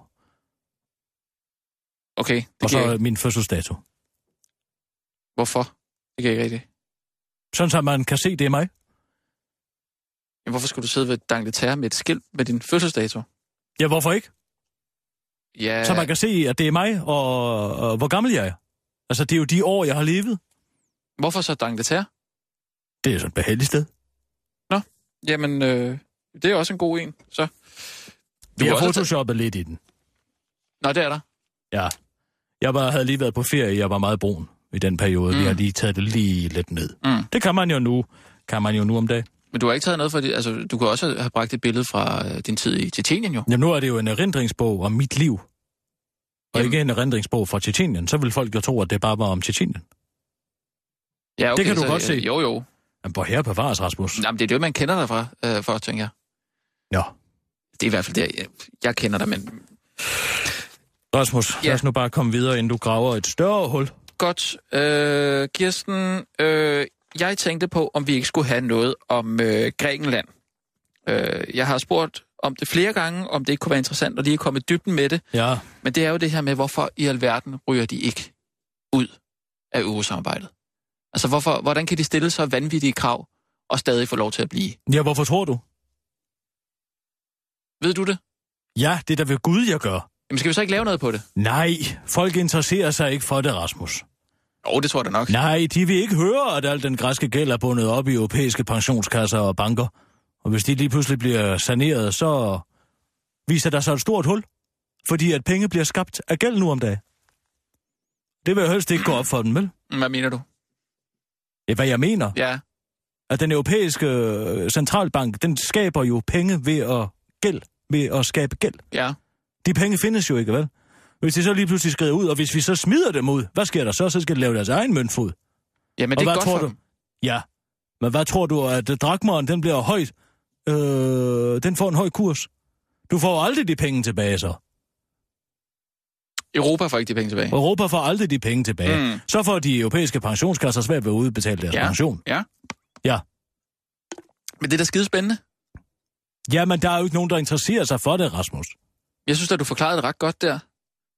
[SPEAKER 4] Okay,
[SPEAKER 5] og
[SPEAKER 4] det
[SPEAKER 5] så
[SPEAKER 4] kan jeg
[SPEAKER 5] øh,
[SPEAKER 4] ikke.
[SPEAKER 5] min fødselsdato.
[SPEAKER 4] Hvorfor? Det kan jeg ikke rigtigt.
[SPEAKER 5] Sådan så man kan se, det er mig.
[SPEAKER 4] Jamen, hvorfor skulle du sidde ved Dangletær med et skilt med din fødselsdato?
[SPEAKER 5] Ja, hvorfor ikke?
[SPEAKER 4] Ja,
[SPEAKER 5] Så man kan se, at det er mig, og, og hvor gammel jeg er. Altså, det er jo de år, jeg har levet.
[SPEAKER 4] hvorfor så Dangletær?
[SPEAKER 5] Det er sådan et behageligt sted.
[SPEAKER 4] Jamen, øh, det er også en god en, så.
[SPEAKER 5] Vi
[SPEAKER 4] er
[SPEAKER 5] har
[SPEAKER 4] også-
[SPEAKER 5] photoshoppet lidt i den.
[SPEAKER 4] Nå, det er der.
[SPEAKER 5] Ja. Jeg var, havde lige været på ferie, jeg var meget brun i den periode. Mm. Vi
[SPEAKER 4] Mm.
[SPEAKER 5] har lige taget det lige lidt ned.
[SPEAKER 4] Mm.
[SPEAKER 5] Det kan man jo nu. Kan man jo nu om dagen.
[SPEAKER 4] Men du har ikke taget noget fra det. Altså, du kunne også have bragt et billede fra øh, din tid i Titanien, jo.
[SPEAKER 5] Jamen, nu er det jo en erindringsbog om mit liv. Og
[SPEAKER 4] Jamen.
[SPEAKER 5] Jamen. ikke en erindringsbog fra Tjetjenien. Så vil folk jo tro, at det bare var om Tjetjenien.
[SPEAKER 4] Ja,
[SPEAKER 5] kan du
[SPEAKER 4] så,
[SPEAKER 5] godt
[SPEAKER 4] øh,
[SPEAKER 5] se.
[SPEAKER 4] Jo, jo.
[SPEAKER 5] Men hvor herre bevares, Rasmus.
[SPEAKER 4] Jamen, det er det, man kender dig fra, øh, for, tænker jeg.
[SPEAKER 5] Nå.
[SPEAKER 4] Det er i hvert fald der, jeg, jeg kender dig, men
[SPEAKER 5] Rasmus, ja.
[SPEAKER 4] Ja.
[SPEAKER 5] lad os nu bare komme videre, inden du graver et større hul.
[SPEAKER 4] godt. Øh, Kirsten, øh, jeg tænkte på, om vi ikke skulle have noget om øh, Grækenland. Øh, jeg har spurgt om det flere gange, om det ikke kunne være interessant at lige komme i dybden med det.
[SPEAKER 5] Ja.
[SPEAKER 4] Men det er jo det her med, hvorfor i alverden ryger de ikke ud af EU-samarbejdet? Altså, hvorfor, hvordan kan de stille så vanvittige krav og stadig få lov til at blive?
[SPEAKER 5] Ja, hvorfor tror du?
[SPEAKER 4] Ved du det?
[SPEAKER 5] Ja, det er da ved Gud, jeg gør.
[SPEAKER 4] Jamen, skal vi så ikke lave noget på det?
[SPEAKER 5] Nej, folk interesserer sig ikke for det, Rasmus.
[SPEAKER 4] Jo, det tror jeg da nok.
[SPEAKER 5] Nej, de vil ikke høre, at al den græske gæld er bundet op i europæiske pensionskasser og banker. Og hvis de lige pludselig bliver saneret, så viser der sig et stort hul. Fordi at penge bliver skabt af gæld nu om dagen. Det vil jeg helst ikke gå op for dem, vel?
[SPEAKER 4] Hvad mener du?
[SPEAKER 5] Det er, hvad jeg mener.
[SPEAKER 4] Ja,
[SPEAKER 5] At den europæiske øh, centralbank, den skaber jo penge ved at gæld, ved at skabe gæld.
[SPEAKER 4] ja.
[SPEAKER 5] De penge findes jo ikke, vel? Hvis de så lige pludselig skrider ud, og hvis vi så smider dem ud, hvad sker der så? Så skal de lave deres egen møntfod.
[SPEAKER 4] Jamen,
[SPEAKER 5] og
[SPEAKER 4] det er
[SPEAKER 5] hvad
[SPEAKER 4] godt
[SPEAKER 5] tror
[SPEAKER 4] for
[SPEAKER 5] du?
[SPEAKER 4] dem.
[SPEAKER 5] Ja. Men hvad tror du, at øh, drakmeren, den bliver højt? Øh, den får en høj kurs. Du får aldrig de penge tilbage så.
[SPEAKER 4] Europa får ikke de penge tilbage.
[SPEAKER 5] Europa får aldrig de penge tilbage.
[SPEAKER 4] Mm.
[SPEAKER 5] Mm. Så får de europæiske pensionskasser svært ved at udbetale deres
[SPEAKER 4] Ja.
[SPEAKER 5] ja. pension.
[SPEAKER 4] Ja.
[SPEAKER 5] Ja.
[SPEAKER 4] Men det er da skidespændende.
[SPEAKER 5] Jamen, der er jo ikke nogen, der interesserer sig for det, Rasmus.
[SPEAKER 4] Jeg synes at du forklarede det ret godt der.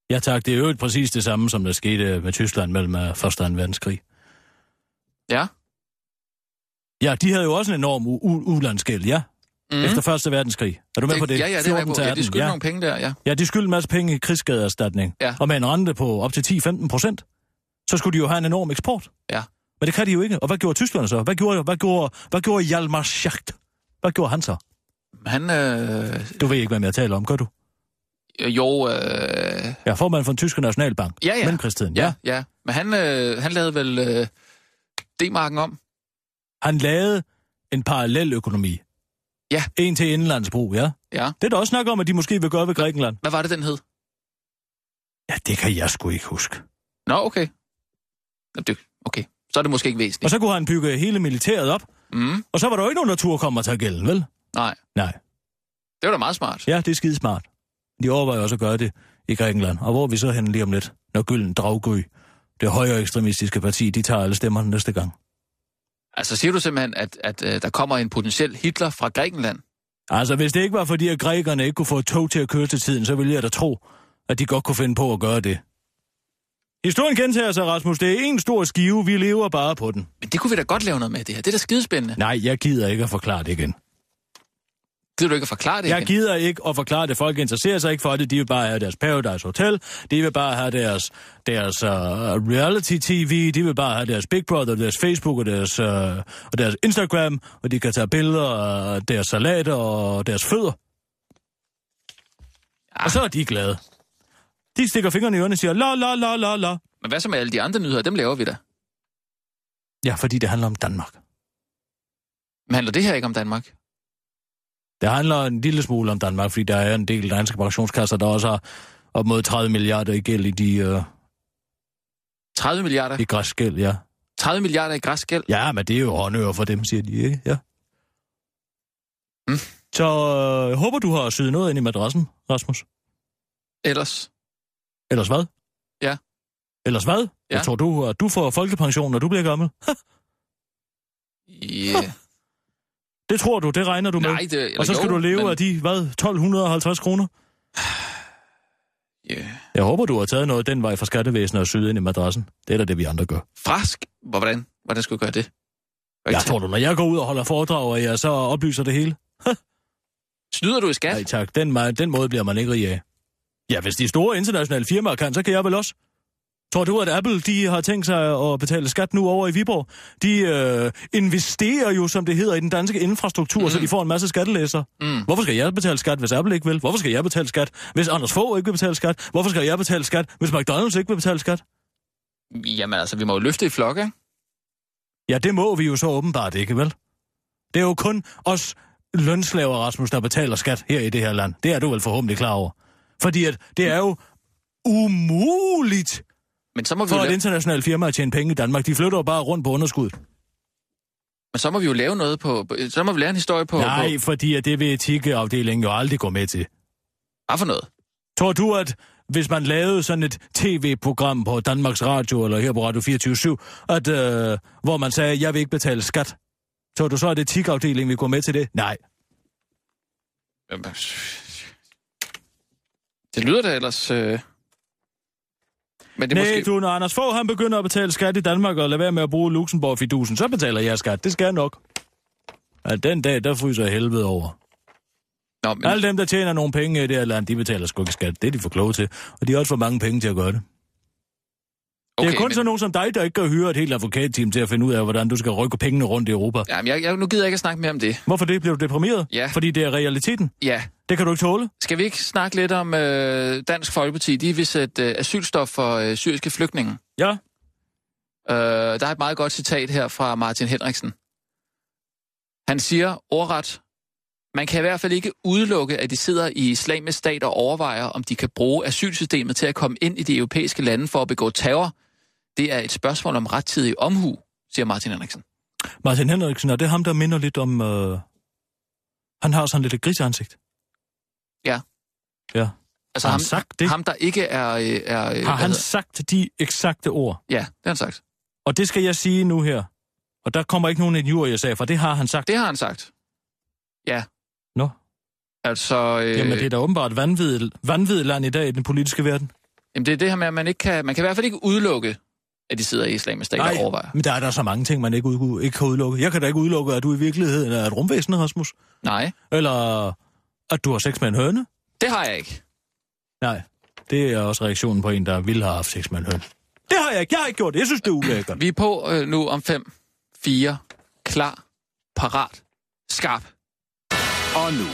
[SPEAKER 5] Ja tak, det er jo præcis det samme, som der skete med Tyskland mellem øh, Første og anden verdenskrig.
[SPEAKER 4] Ja.
[SPEAKER 5] Ja, de havde jo også en enorm u- u- ulandsgæld, ja. Mm. Efter Første verdenskrig. Er du med på det?
[SPEAKER 4] Ja, ja, det er jeg
[SPEAKER 5] 14
[SPEAKER 4] med på.
[SPEAKER 5] til
[SPEAKER 4] Ja, de
[SPEAKER 5] 18,
[SPEAKER 4] skylder ja. nogle penge der, ja.
[SPEAKER 5] Ja, de skyldte en masse penge i krigsskadeerstatning.
[SPEAKER 4] Ja.
[SPEAKER 5] Og med en rente på op til 10-15 procent, så skulle de jo have en enorm eksport.
[SPEAKER 4] Ja.
[SPEAKER 5] Men det kan de jo ikke. Og hvad gjorde tyskerne så? Hvad gjorde, hvad gjorde, hvad gjorde Hjalmar Schacht? Hvad gjorde han så?
[SPEAKER 4] Han, øh,
[SPEAKER 5] Du ved ikke, hvad jeg taler om, gør du?
[SPEAKER 4] jo, øh,
[SPEAKER 5] Ja, formand for den tyske nationalbank.
[SPEAKER 4] Ja, ja.
[SPEAKER 5] Mellemkrigstiden, ja.
[SPEAKER 4] ja,
[SPEAKER 5] ja.
[SPEAKER 4] ja. Men han, øh, han lavede vel øh, D-marken om.
[SPEAKER 5] Han lavede en parallel økonomi.
[SPEAKER 4] Ja.
[SPEAKER 5] En til indlandsbrug, ja.
[SPEAKER 4] Ja.
[SPEAKER 5] Det er der også snak om, at de måske vil gøre ved Grækenland.
[SPEAKER 4] Hvad var det, den hed?
[SPEAKER 5] Ja, det kan jeg sgu ikke huske.
[SPEAKER 4] Nå, okay. Nå, det- Okay, så er det måske ikke
[SPEAKER 5] Og
[SPEAKER 4] væsentligt.
[SPEAKER 5] så kunne han bygge hele militæret op,
[SPEAKER 4] Mm,
[SPEAKER 5] og så var der jo ikke nogen, der turde komme og tage gælden, vel?
[SPEAKER 4] nej,
[SPEAKER 5] Nej.
[SPEAKER 4] det var da meget smart.
[SPEAKER 5] Ja, det er skidesmart. De overvejer også at gøre det i Grækenland. Og hvor er vi så hen lige om lidt, når Gylden Draggry, det højere ekstremistiske parti, de tager alle stemmerne næste gang.
[SPEAKER 4] Altså, siger du simpelthen, at, at øh, der kommer en potentiel Hitler fra Grækenland?
[SPEAKER 5] Altså, hvis det ikke var fordi, at grækerne ikke kunne få et tog til at køre til tiden, så ville jeg da tro, at de godt kunne finde på at gøre det. Historien gentager sig, Rasmus. Det er en stor skive. Vi lever bare på den.
[SPEAKER 4] Men det kunne vi da godt lave noget med, det her. Det er da skidespændende.
[SPEAKER 5] Nej, jeg gider ikke at forklare det igen.
[SPEAKER 4] Gider du ikke at forklare det
[SPEAKER 5] Jeg
[SPEAKER 4] igen?
[SPEAKER 5] gider ikke at forklare det. Folk interesserer sig ikke for det. De vil bare have deres Paradise Hotel. De vil bare have deres, deres uh, reality-tv. De vil bare have deres Big Brother, deres Facebook og deres, uh, og deres Instagram. Og de kan tage billeder af deres salater og deres fødder. Og så er de glade. De stikker fingrene i ørerne og siger, la la la la la.
[SPEAKER 4] Men hvad så med alle de andre nyheder? Dem laver vi da.
[SPEAKER 5] Ja, fordi det handler om Danmark.
[SPEAKER 4] Men handler det her ikke om Danmark?
[SPEAKER 5] Det handler en lille smule om Danmark, fordi der er en del danske pensionskasser, der også har op mod 30 milliarder i gæld i, de, øh,
[SPEAKER 4] 30 milliarder?
[SPEAKER 5] i græsk gæld, ja.
[SPEAKER 4] 30 milliarder i græsk gæld?
[SPEAKER 5] Ja, men det er jo håndører for dem, siger de, ikke? Ja.
[SPEAKER 4] Mm.
[SPEAKER 5] Så øh, jeg håber, du har syet noget ind i madrassen, Rasmus.
[SPEAKER 4] Ellers?
[SPEAKER 5] Ellers hvad?
[SPEAKER 4] Ja.
[SPEAKER 5] Ellers hvad?
[SPEAKER 4] Ja.
[SPEAKER 5] Jeg tror, du, at du får folkepension, når du bliver gammel.
[SPEAKER 4] Yeah.
[SPEAKER 5] Det tror du, det regner du med.
[SPEAKER 4] Nej, det, eller
[SPEAKER 5] Og så skal
[SPEAKER 4] jo,
[SPEAKER 5] du leve
[SPEAKER 4] men,
[SPEAKER 5] af de, hvad, 1250 kroner?
[SPEAKER 4] Yeah.
[SPEAKER 5] Jeg håber, du har taget noget den vej fra skattevæsenet og syet ind i madrassen. Det er da det, vi andre gør.
[SPEAKER 4] Frask? Hvor- Hvordan? Hvordan skulle jeg gøre det?
[SPEAKER 5] Jeg tror du, når jeg går ud og holder foredrag, og jeg så oplyser det hele?
[SPEAKER 4] Snyder du i skat?
[SPEAKER 5] Nej tak, den, ma- den måde bliver man ikke rig af. Ja, hvis de store internationale firmaer kan, så kan jeg vel også. Tror du, at Apple de har tænkt sig at betale skat nu over i Viborg? De øh, investerer jo, som det hedder, i den danske infrastruktur, mm. så de får en masse skattelæser.
[SPEAKER 4] Mm.
[SPEAKER 5] Hvorfor skal jeg betale skat, hvis Apple ikke vil? Hvorfor skal jeg betale skat, hvis Anders Fogh ikke vil betale skat? Hvorfor skal jeg betale skat, hvis McDonald's ikke vil betale skat?
[SPEAKER 4] Jamen altså, vi må jo løfte i flok, ikke?
[SPEAKER 5] Ja, det må vi jo så åbenbart ikke, vel? Det er jo kun os lønslaver, Rasmus, der betaler skat her i det her land. Det er du vel forhåbentlig klar over. Fordi at det er jo umuligt
[SPEAKER 4] Men så må vi,
[SPEAKER 5] for
[SPEAKER 4] jo
[SPEAKER 5] et
[SPEAKER 4] lave,
[SPEAKER 5] internationalt firma at tjene penge i Danmark. De flytter jo bare rundt på underskud.
[SPEAKER 4] men så må vi jo lave noget på... på- Så må vi lave en historie på...
[SPEAKER 5] Nej,
[SPEAKER 4] På,
[SPEAKER 5] fordi at det vil etikafdelingen jo aldrig gå med til.
[SPEAKER 4] hvad for noget?
[SPEAKER 5] Tror du, at hvis man lavede sådan et tv-program på Danmarks Radio eller her på Radio 24 at, øh, hvor man sagde, jeg vil ikke betale skat, tror du så, at etikafdelingen vil gå med til det? Nej.
[SPEAKER 4] Jamen, Det lyder da ellers... Øh... Men det er
[SPEAKER 5] Nej,
[SPEAKER 4] måske...
[SPEAKER 5] måske... du, når Anders Fogh, han begynder at betale skat i Danmark og lade være med at bruge Luxembourg-fidusen, så betaler jeg skat. Det skal jeg nok. Ja, den dag, der fryser helvede over.
[SPEAKER 4] Nå, men...
[SPEAKER 5] Men... Alle dem, der tjener nogle penge i det her land, de betaler sgu ikke skat. Det er de for kloge til. Og de har også for mange penge til at gøre det. Okay, det er kun
[SPEAKER 4] men...
[SPEAKER 5] men... sådan nogen som dig, der ikke kan hyre et helt advokatteam til at finde ud af, hvordan du skal rykke pengene rundt i Europa.
[SPEAKER 4] Jamen, jeg, jeg, nu gider jeg ikke at snakke mere om det.
[SPEAKER 5] Hvorfor det? Bliver du deprimeret?
[SPEAKER 4] Ja.
[SPEAKER 5] Fordi det er realiteten.
[SPEAKER 4] Ja.
[SPEAKER 5] Det kan du ikke tåle.
[SPEAKER 4] Skal vi ikke snakke lidt om øh, Dansk Folkeparti? De vil sætte øh, asylstop for øh, syriske flygtninge.
[SPEAKER 5] Ja.
[SPEAKER 4] Øh, der er et meget godt citat her fra Martin Henriksen. Han siger ordret, Man kan i hvert fald ikke udelukke, at de sidder i islamisk stat og overvejer, om de kan bruge asylsystemet til at komme ind i de europæiske lande for at begå terror. Det er et spørgsmål om rettidig omhu, siger Martin Henriksen.
[SPEAKER 5] Martin Henriksen, er det ham, der minder lidt om... Øh... Han har sådan lidt et griseansigt.
[SPEAKER 4] Ja.
[SPEAKER 5] Ja.
[SPEAKER 4] Altså
[SPEAKER 5] Har han
[SPEAKER 4] ham,
[SPEAKER 5] sagt det?
[SPEAKER 4] ham, der ikke er... øh, er øh,
[SPEAKER 5] Har
[SPEAKER 4] hvad
[SPEAKER 5] han
[SPEAKER 4] hedder-
[SPEAKER 5] sagt de eksakte ord?
[SPEAKER 4] Ja, det har han sagt.
[SPEAKER 5] Og det skal jeg sige nu her. Og der kommer ikke nogen injurier jeg sagde, for det har han sagt.
[SPEAKER 4] Det har han sagt. Ja.
[SPEAKER 5] Nå.
[SPEAKER 4] Altså... Øh,
[SPEAKER 5] Jamen, det er da åbenbart vanvid, vanvid land i dag i den politiske verden.
[SPEAKER 4] Jamen, det er det her med, at man, ikke kan, man kan i hvert fald ikke udelukke, at de sidder i islamisk stat og overvejer.
[SPEAKER 5] men der er der så mange ting, man ikke, ud, ikke kan udelukke. Jeg kan da ikke udelukke, at du i virkeligheden er et rumvæsen, Rasmus.
[SPEAKER 4] Nej,
[SPEAKER 5] Eller at du har sex med en høne.
[SPEAKER 4] det har jeg ikke.
[SPEAKER 5] Nej, det er også reaktionen på en, der ville have haft sex med en høne. Det har jeg ikke. Jeg har ikke gjort det. Jeg synes, det er ulækkert.
[SPEAKER 4] Vi er på øh, nu om 5, 4, klar, parat, skarp.
[SPEAKER 6] Og nu,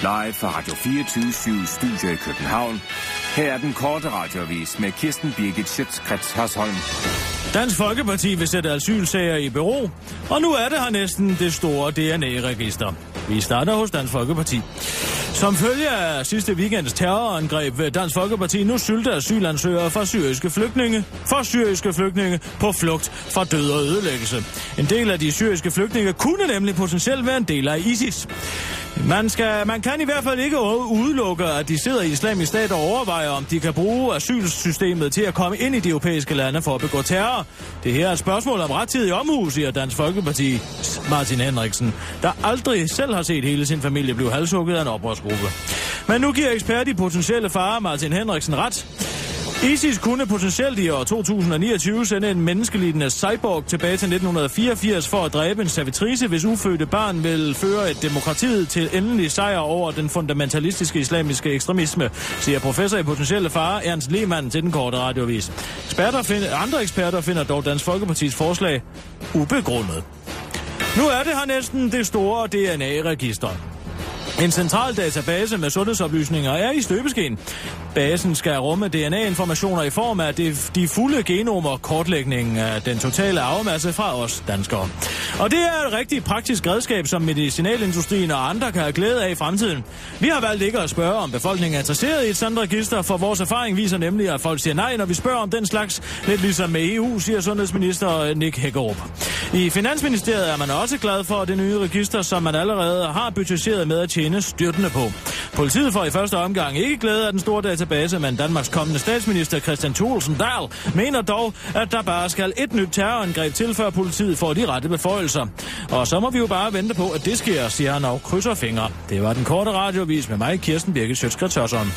[SPEAKER 6] live fra Radio 24 Studio i København. Her er den korte radiovis med Kirsten Birgit Schøtzgrads Hasholm.
[SPEAKER 5] Dansk Folkeparti vil sætte asylsager i bero, og nu er det her næsten det store DNA-register. Vi starter hos Dansk Folkeparti. Som følge af sidste weekends terrorangreb vil Dansk Folkeparti nu sylte asylansøgere fra syriske flygtninge, for syriske flygtninge på flugt fra død og ødelæggelse. En del af de syriske flygtninge kunne nemlig potentielt være en del af ISIS. Man, skal, man kan i hvert fald ikke udelukke, at de sidder i islamisk stat og overvejer, om de kan bruge asylsystemet til at komme ind i de europæiske lande for at begå terror. Det her er et spørgsmål om rettidig omhu, siger Dansk Folkeparti Martin Henriksen, der aldrig selv har set hele sin familie blive halshugget af en oprørsgruppe. Men nu giver ekspert i potentielle farer Martin Henriksen ret. ISIS kunne potentielt i år 2029 sende en menneskelignende cyborg tilbage til 1984 for at dræbe en servitrice, hvis ufødte barn vil føre et demokratiet til endelig sejr over den fundamentalistiske islamiske ekstremisme, siger professor i potentielle fare Ernst Lehmann til den korte radiovis. Eksperter find, andre eksperter finder dog Dansk Folkepartis forslag ubegrundet. Nu er det her næsten det store DNA-register. En central database med sundhedsoplysninger er i støbeskeen. Basen skal rumme DNA-informationer i form af det- de fulde genomer og kortlægningen af den totale arvemasse fra os danskere. Og det er et rigtig praktisk redskab, som medicinalindustrien og andre kan have glæde af i fremtiden. Vi har valgt ikke at spørge, om befolkningen er interesseret i et sådan register, for vores erfaring viser nemlig, at folk siger nej, når vi spørger om den slags. Lidt ligesom med EU, siger sundhedsminister Nick Hækkerup. I Finansministeriet er man også glad for det nye register, som man allerede har budgetteret med at tjene styrtende på. Politiet får i første omgang ikke glæde af den store database, men Danmarks kommende statsminister Christian Thulesen Dahl mener dog, at der bare skal et nyt terrorangreb til, før politiet får de rette beføjelser. Og så må vi jo bare vente på, at det sker, siger han og krydser fingre. Det var den korte radiovis med mig, Kirsten Birgit Sjøtskrets Hørsholm.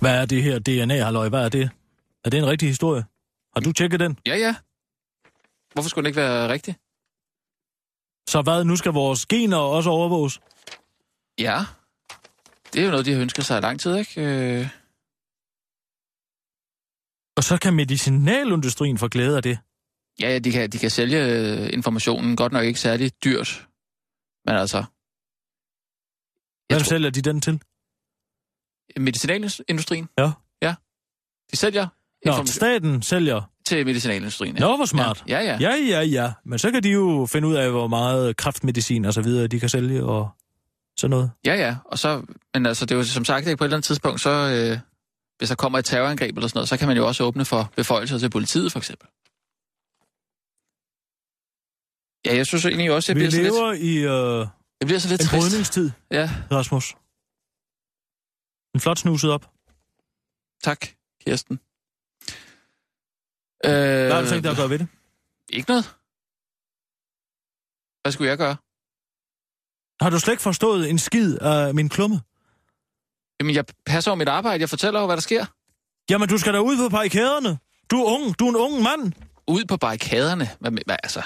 [SPEAKER 5] Hvad er det her DNA, halløj? Hvad er det? Er det en rigtig historie? Har du tjekket den?
[SPEAKER 4] Ja, ja. Hvorfor skulle det ikke være rigtigt?
[SPEAKER 5] Så hvad, nu skal vores gener også overvåges?
[SPEAKER 4] Ja. Det er jo noget, de har ønsket sig i lang tid, ikke? Øh,
[SPEAKER 5] Og så kan medicinalindustrien få glæde af det.
[SPEAKER 4] ja, ja, de kan, de kan sælge øh, informationen. Godt nok ikke særlig dyrt. Men altså,
[SPEAKER 5] Hvem
[SPEAKER 4] tror-
[SPEAKER 5] sælger de den til?
[SPEAKER 4] medicinalindustrien.
[SPEAKER 5] Ja.
[SPEAKER 4] Ja. De sælger
[SPEAKER 5] Nå,
[SPEAKER 4] information
[SPEAKER 5] staten sælger.
[SPEAKER 4] til medicinalindustrien. ja.
[SPEAKER 5] Nå, hvor smart.
[SPEAKER 4] Ja, ja. ja.
[SPEAKER 5] Ja, ja, ja. Men så kan de jo finde ud af, hvor meget kraftmedicin og så videre, de kan sælge og sådan noget.
[SPEAKER 4] Ja, ja, og så, men altså, det er jo som sagt, ikke på et eller andet tidspunkt, så øh, hvis der kommer et terrorangreb eller sådan noget, så kan man jo også åbne for beføjelser til politiet, for eksempel. Ja, jeg synes egentlig også, det
[SPEAKER 5] Vi
[SPEAKER 4] bliver, sådan lidt,
[SPEAKER 5] lever i øh,
[SPEAKER 4] det bliver sådan lidt
[SPEAKER 5] en
[SPEAKER 4] trist.
[SPEAKER 5] brydningstid,
[SPEAKER 4] Ja,
[SPEAKER 5] Rasmus. En flot snuset op.
[SPEAKER 4] tak, Kirsten. Øh,
[SPEAKER 5] Hvad har du tænkt dig at gøre ved det?
[SPEAKER 4] Ikke noget. Hvad skulle jeg gøre?
[SPEAKER 5] Har du slet ikke forstået en skid af min klumme?
[SPEAKER 4] Jamen, jeg passer over mit arbejde. Jeg fortæller jo, hvad der sker.
[SPEAKER 5] Jamen, du skal da ud på parikaderne. Du er ung. Du er en ung mand.
[SPEAKER 4] Ud på barrikaderne. Hvad, me- hvad, altså,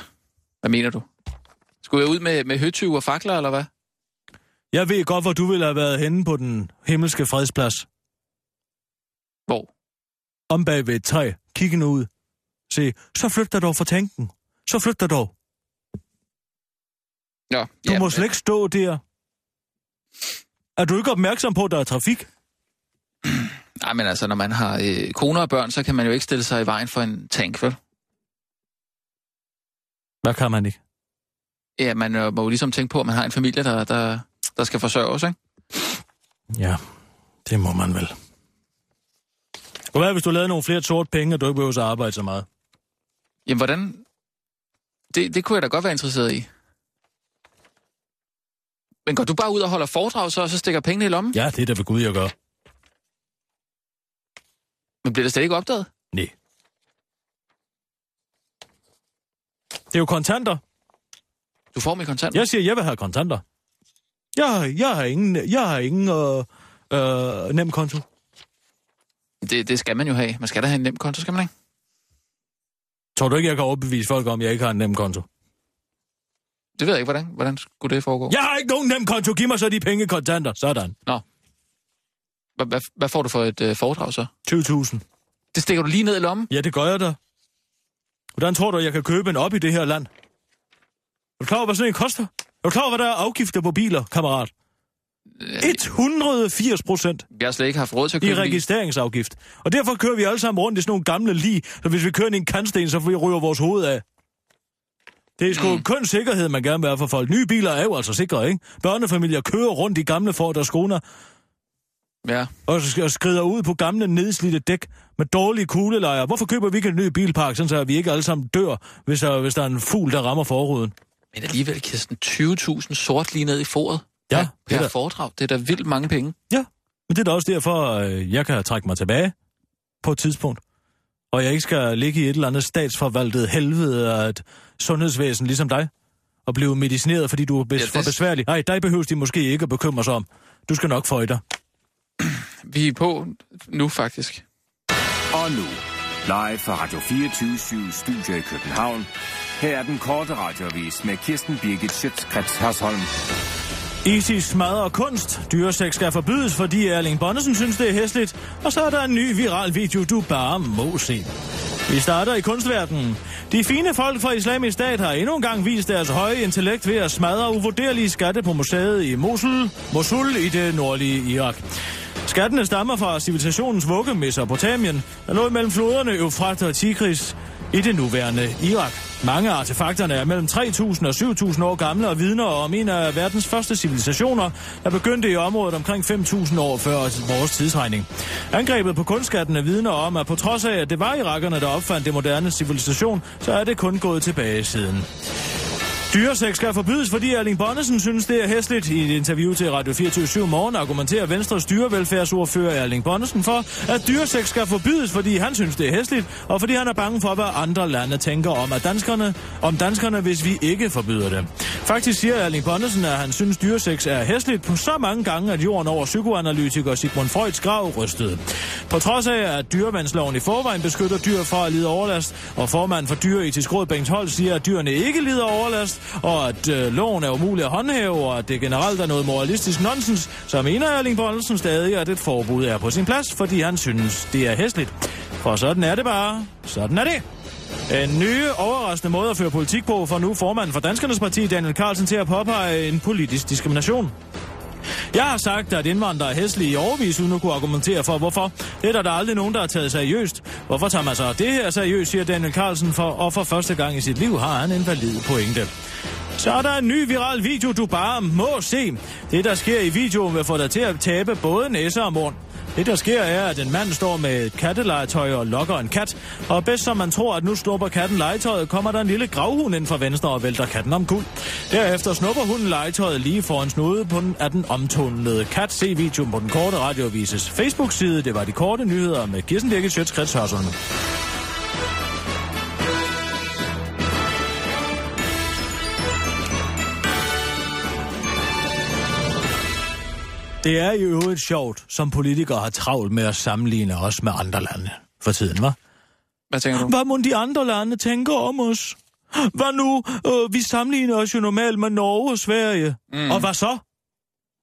[SPEAKER 4] hvad mener du? Skulle jeg ud med, med høtyve og fakler, eller hvad?
[SPEAKER 5] Jeg ved godt, hvor du ville have været henne på den himmelske fredsplads.
[SPEAKER 4] Hvor?
[SPEAKER 5] Om bag ved et træ, kiggende ud. Se, så flygter dog fra tanken. Så flygter dog.
[SPEAKER 4] Nå,
[SPEAKER 5] Du
[SPEAKER 4] ja,
[SPEAKER 5] må
[SPEAKER 4] men-
[SPEAKER 5] slet ikke stå der. Er du ikke opmærksom på, at der er trafik?
[SPEAKER 4] Nej, men altså, når man har øh, koner og børn, så kan man jo ikke stille sig i vejen for en tank, vel?
[SPEAKER 5] Hvad kan man ikke?
[SPEAKER 4] Ja, man øh, må jo ligesom tænke på, at man har en familie, der, der, der skal forsørges, ikke?
[SPEAKER 5] Ja, det må man vel. Det kunne være, hvis du lavede nogle flere sort penge, og du ikke behøver at arbejde så meget.
[SPEAKER 4] Jamen, hvordan... Det, det kunne jeg da godt være interesseret i. Men går du bare ud og holder foredrag, så, og så stikker pengene i lommen?
[SPEAKER 5] Ja, det er da ved Gud, jeg gør.
[SPEAKER 4] Men bliver det slet ikke opdaget?
[SPEAKER 5] Nej. Det er jo kontanter.
[SPEAKER 4] Du får dem i kontanter?
[SPEAKER 5] Jeg siger, jeg vil have kontanter. Jeg, har- jeg har ingen, jeg har ingen øh, øh, nem konto.
[SPEAKER 4] Det, det skal man jo have. Man skal da have en nem konto, skal man ikke?
[SPEAKER 5] Tror du ikke, jeg kan overbevise folk om, at jeg ikke har en nem konto?
[SPEAKER 4] Det ved jeg ikke, hvordan, hvordan skulle det foregå?
[SPEAKER 5] Jeg har ikke nogen nem konto. Giv mig så de penge i kontanter. Sådan.
[SPEAKER 4] Hvad, hvad, hvad får du for et øh, foredrag så?
[SPEAKER 5] 20.000.
[SPEAKER 4] Det stikker du lige ned i lommen?
[SPEAKER 5] Ja, det gør jeg da. Hvordan tror du, jeg kan købe en op i det her land? Er du klar over, hvad sådan en koster? Er du klar over, hvad der er afgifter på biler, kammerat? 180 procent.
[SPEAKER 4] Jeg har slet ikke haft råd til at
[SPEAKER 5] i
[SPEAKER 4] købe en bil.
[SPEAKER 5] registreringsafgift. Og derfor kører vi alle sammen rundt i sådan nogle gamle lig, så hvis vi kører ind i en kantsten, så får vi ryger vores hoved af. Det er sgu mm. kun sikkerhed, man gerne vil have for folk. Nye biler er jo altså sikre, ikke? Børnefamilier kører rundt i gamle Ford og Skoner,
[SPEAKER 4] Ja.
[SPEAKER 5] og sk- og skrider ud på gamle nedslidte dæk med dårlige kuglelejer. Hvorfor køber vi ikke en ny bilpark, sådan så at vi ikke alle sammen dør, hvis der, hvis der er en fugl, der rammer forruden?
[SPEAKER 4] Men alligevel, Kirsten, 20.000 sort lige ned i foret.
[SPEAKER 5] Ja,
[SPEAKER 4] per,
[SPEAKER 5] det
[SPEAKER 4] per
[SPEAKER 5] er da-
[SPEAKER 4] foredrag. Det er da vildt mange penge.
[SPEAKER 5] Men det er da også derfor, øh, jeg kan trække mig tilbage på et tidspunkt. Og jeg ikke skal ligge i et eller andet statsforvaltet helvede af et sundhedsvæsen ligesom dig. Og blive medicineret, fordi du er bes-
[SPEAKER 4] Ja,
[SPEAKER 5] ja,
[SPEAKER 4] det-
[SPEAKER 5] det... for besværlig. Nej, dig behøver de måske ikke at bekymre sig om. Du skal nok få i dig.
[SPEAKER 4] Vi er på nu, faktisk.
[SPEAKER 6] Og nu, live fra Radio 24 Studio i København. Her er den korte radiovis med Kirsten Birgit Schøtzgrads Hasholm.
[SPEAKER 5] ISIS smadrer kunst. Dyresex skal forbydes, fordi Erling Bonnesen synes, det er hæsligt. Og så er der en ny viral video, du bare må se. Vi starter i kunstverdenen. De fine folk fra islamisk stat har endnu en gang vist deres høje intellekt ved at smadre uvurderlige skatte på museet i Mosul, Mosul i det nordlige Irak. Skattene stammer fra civilisationens vugge Mesopotamien, der lå mellem floderne Eufrat og Tigris i det nuværende Irak. Mange af artefakterne er mellem 3.000 og 7.000 år gamle og vidner om en af verdens første civilisationer, der begyndte i området omkring 5.000 år før vores tidsregning. Angrebet på kunstskattene vidner om, at på trods af, at det var irakerne, der opfandt det moderne civilisation, så er det kun gået tilbage siden. Dyresex skal forbydes, fordi Erling Bonnesen synes, det er hæsligt. I et interview til Radio 24 morgen argumenterer Venstres dyrevelfærdsordfører Erling Bonnesen for, at dyresex skal forbydes, fordi han synes, det er hæsligt, og fordi han er bange for, hvad andre lande tænker om, at danskerne, om danskerne, hvis vi ikke forbyder det. Faktisk siger Erling Bonnesen, at han synes, dyresex er hæsligt på så mange gange, at jorden over psykoanalytiker Sigmund Freuds grav rystede. På trods af, at dyrevandsloven i forvejen beskytter dyr fra at lide overlast, og formanden for Dyreetisk Råd Bengt Holt siger, at dyrene ikke lider overlast, og at øh, loven er umulig at håndhæve, og at det generelt er noget moralistisk nonsens, så mener Erling Bollesen stadig, at et forbud er på sin plads, fordi han synes, det er hæsligt. For sådan er det bare. Sådan er det. En ny overraskende måde at føre politik på for nu formanden for Danskernes Parti, Daniel Carlsen, til at påpege en politisk diskrimination. Jeg har sagt, at indvandrere er hæslige i overvis, uden at kunne argumentere for, hvorfor. Det er der, der aldrig nogen, der har taget seriøst. Hvorfor tager man så det her seriøst, siger Daniel Carlsen, for, og for første gang i sit liv har han en valid pointe. Så er der en ny viral video, du bare må se. Det, der sker i videoen, vil få dig til at tabe både næse og mund. Det, der sker, er, at en mand står med et kattelegetøj og lokker en kat, og bedst som man tror, at nu snupper katten legetøjet, kommer der en lille gravhund ind fra venstre og vælter katten om kul. Derefter snupper hunden legetøjet lige foran snude på den, af den omtonede kat. Se videoen på den korte radiovises Facebook-side. Det var de korte nyheder med Kirsten Birgit Sjøtskrets Hørsholm. Det er i øvrigt sjovt, som politikere har travlt med at sammenligne os med andre lande for tiden, hva'?
[SPEAKER 4] Hvad tænker du?
[SPEAKER 5] Hvad må de andre lande tænke om os? Hvad nu? Øh, vi sammenligner os jo normalt med Norge og Sverige. Mm. Og hvad så?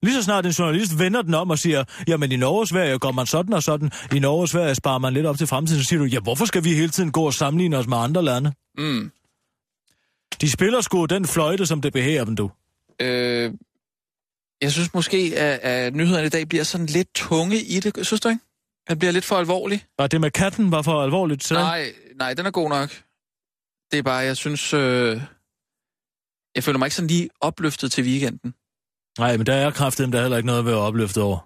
[SPEAKER 5] Lige så snart en journalist vender den om og siger, jamen i Norge og Sverige går man sådan og sådan, i Norge og Sverige sparer man lidt op til fremtiden, så siger du, ja hvorfor skal vi hele tiden gå og sammenligne os med andre lande?
[SPEAKER 4] Mm.
[SPEAKER 5] De spiller sgu den fløjte, som det behæver dem, du.
[SPEAKER 4] Øh, jeg synes måske, at, at nyhederne i dag bliver sådan lidt tunge i det. Synes du ikke? Den bliver lidt for alvorlig.
[SPEAKER 5] Og det med katten var for alvorligt, så...
[SPEAKER 4] Nej, nej, den er god nok. Det er bare, jeg synes... Øh, jeg føler mig ikke sådan lige opløftet til weekenden.
[SPEAKER 5] Nej, men der er kraftedem, der er heller ikke noget ved at opløfte over.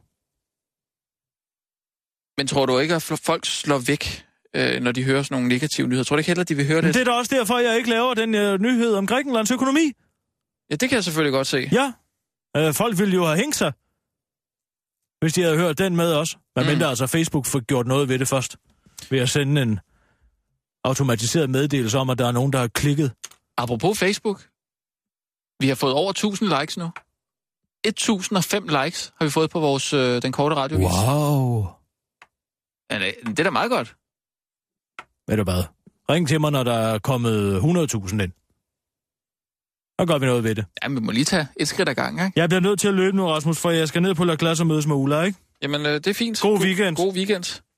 [SPEAKER 4] Men tror du ikke, at fl- folk slår væk, øh, når de hører sådan nogle negative nyheder? Tror du ikke heller, de vil høre
[SPEAKER 5] Men
[SPEAKER 4] det?
[SPEAKER 5] det er da også derfor, jeg ikke laver den øh, nyhed om Grækenlands økonomi.
[SPEAKER 4] Ja, det kan jeg selvfølgelig godt se.
[SPEAKER 5] Ja. Øh, folk ville jo have hængt sig, hvis de havde hørt den med os. Hvad
[SPEAKER 4] Mm.
[SPEAKER 5] mm. mindre altså Facebook fik gjort noget ved det først. Ved at sende en automatiseret meddelelse om, at der er nogen, der har klikket.
[SPEAKER 4] Apropos Facebook. Vi har fået over 1000 likes nu. 1005 likes har vi fået på vores øh, den korte radiovis.
[SPEAKER 5] Wow.
[SPEAKER 4] Ja, det- det er da meget godt.
[SPEAKER 5] Ved du hvad? Ring til mig, når der er kommet 100.000 ind. Så gør vi noget ved det.
[SPEAKER 4] Jamen, vi må lige tage et skridt ad gangen, ikke?
[SPEAKER 5] Jeg bliver nødt til at løbe nu, Rasmus, for jeg skal ned på La Glace og mødes med Ulla, ikke?
[SPEAKER 4] Jamen, øh, det er fint.
[SPEAKER 5] God weekend.
[SPEAKER 4] God weekend.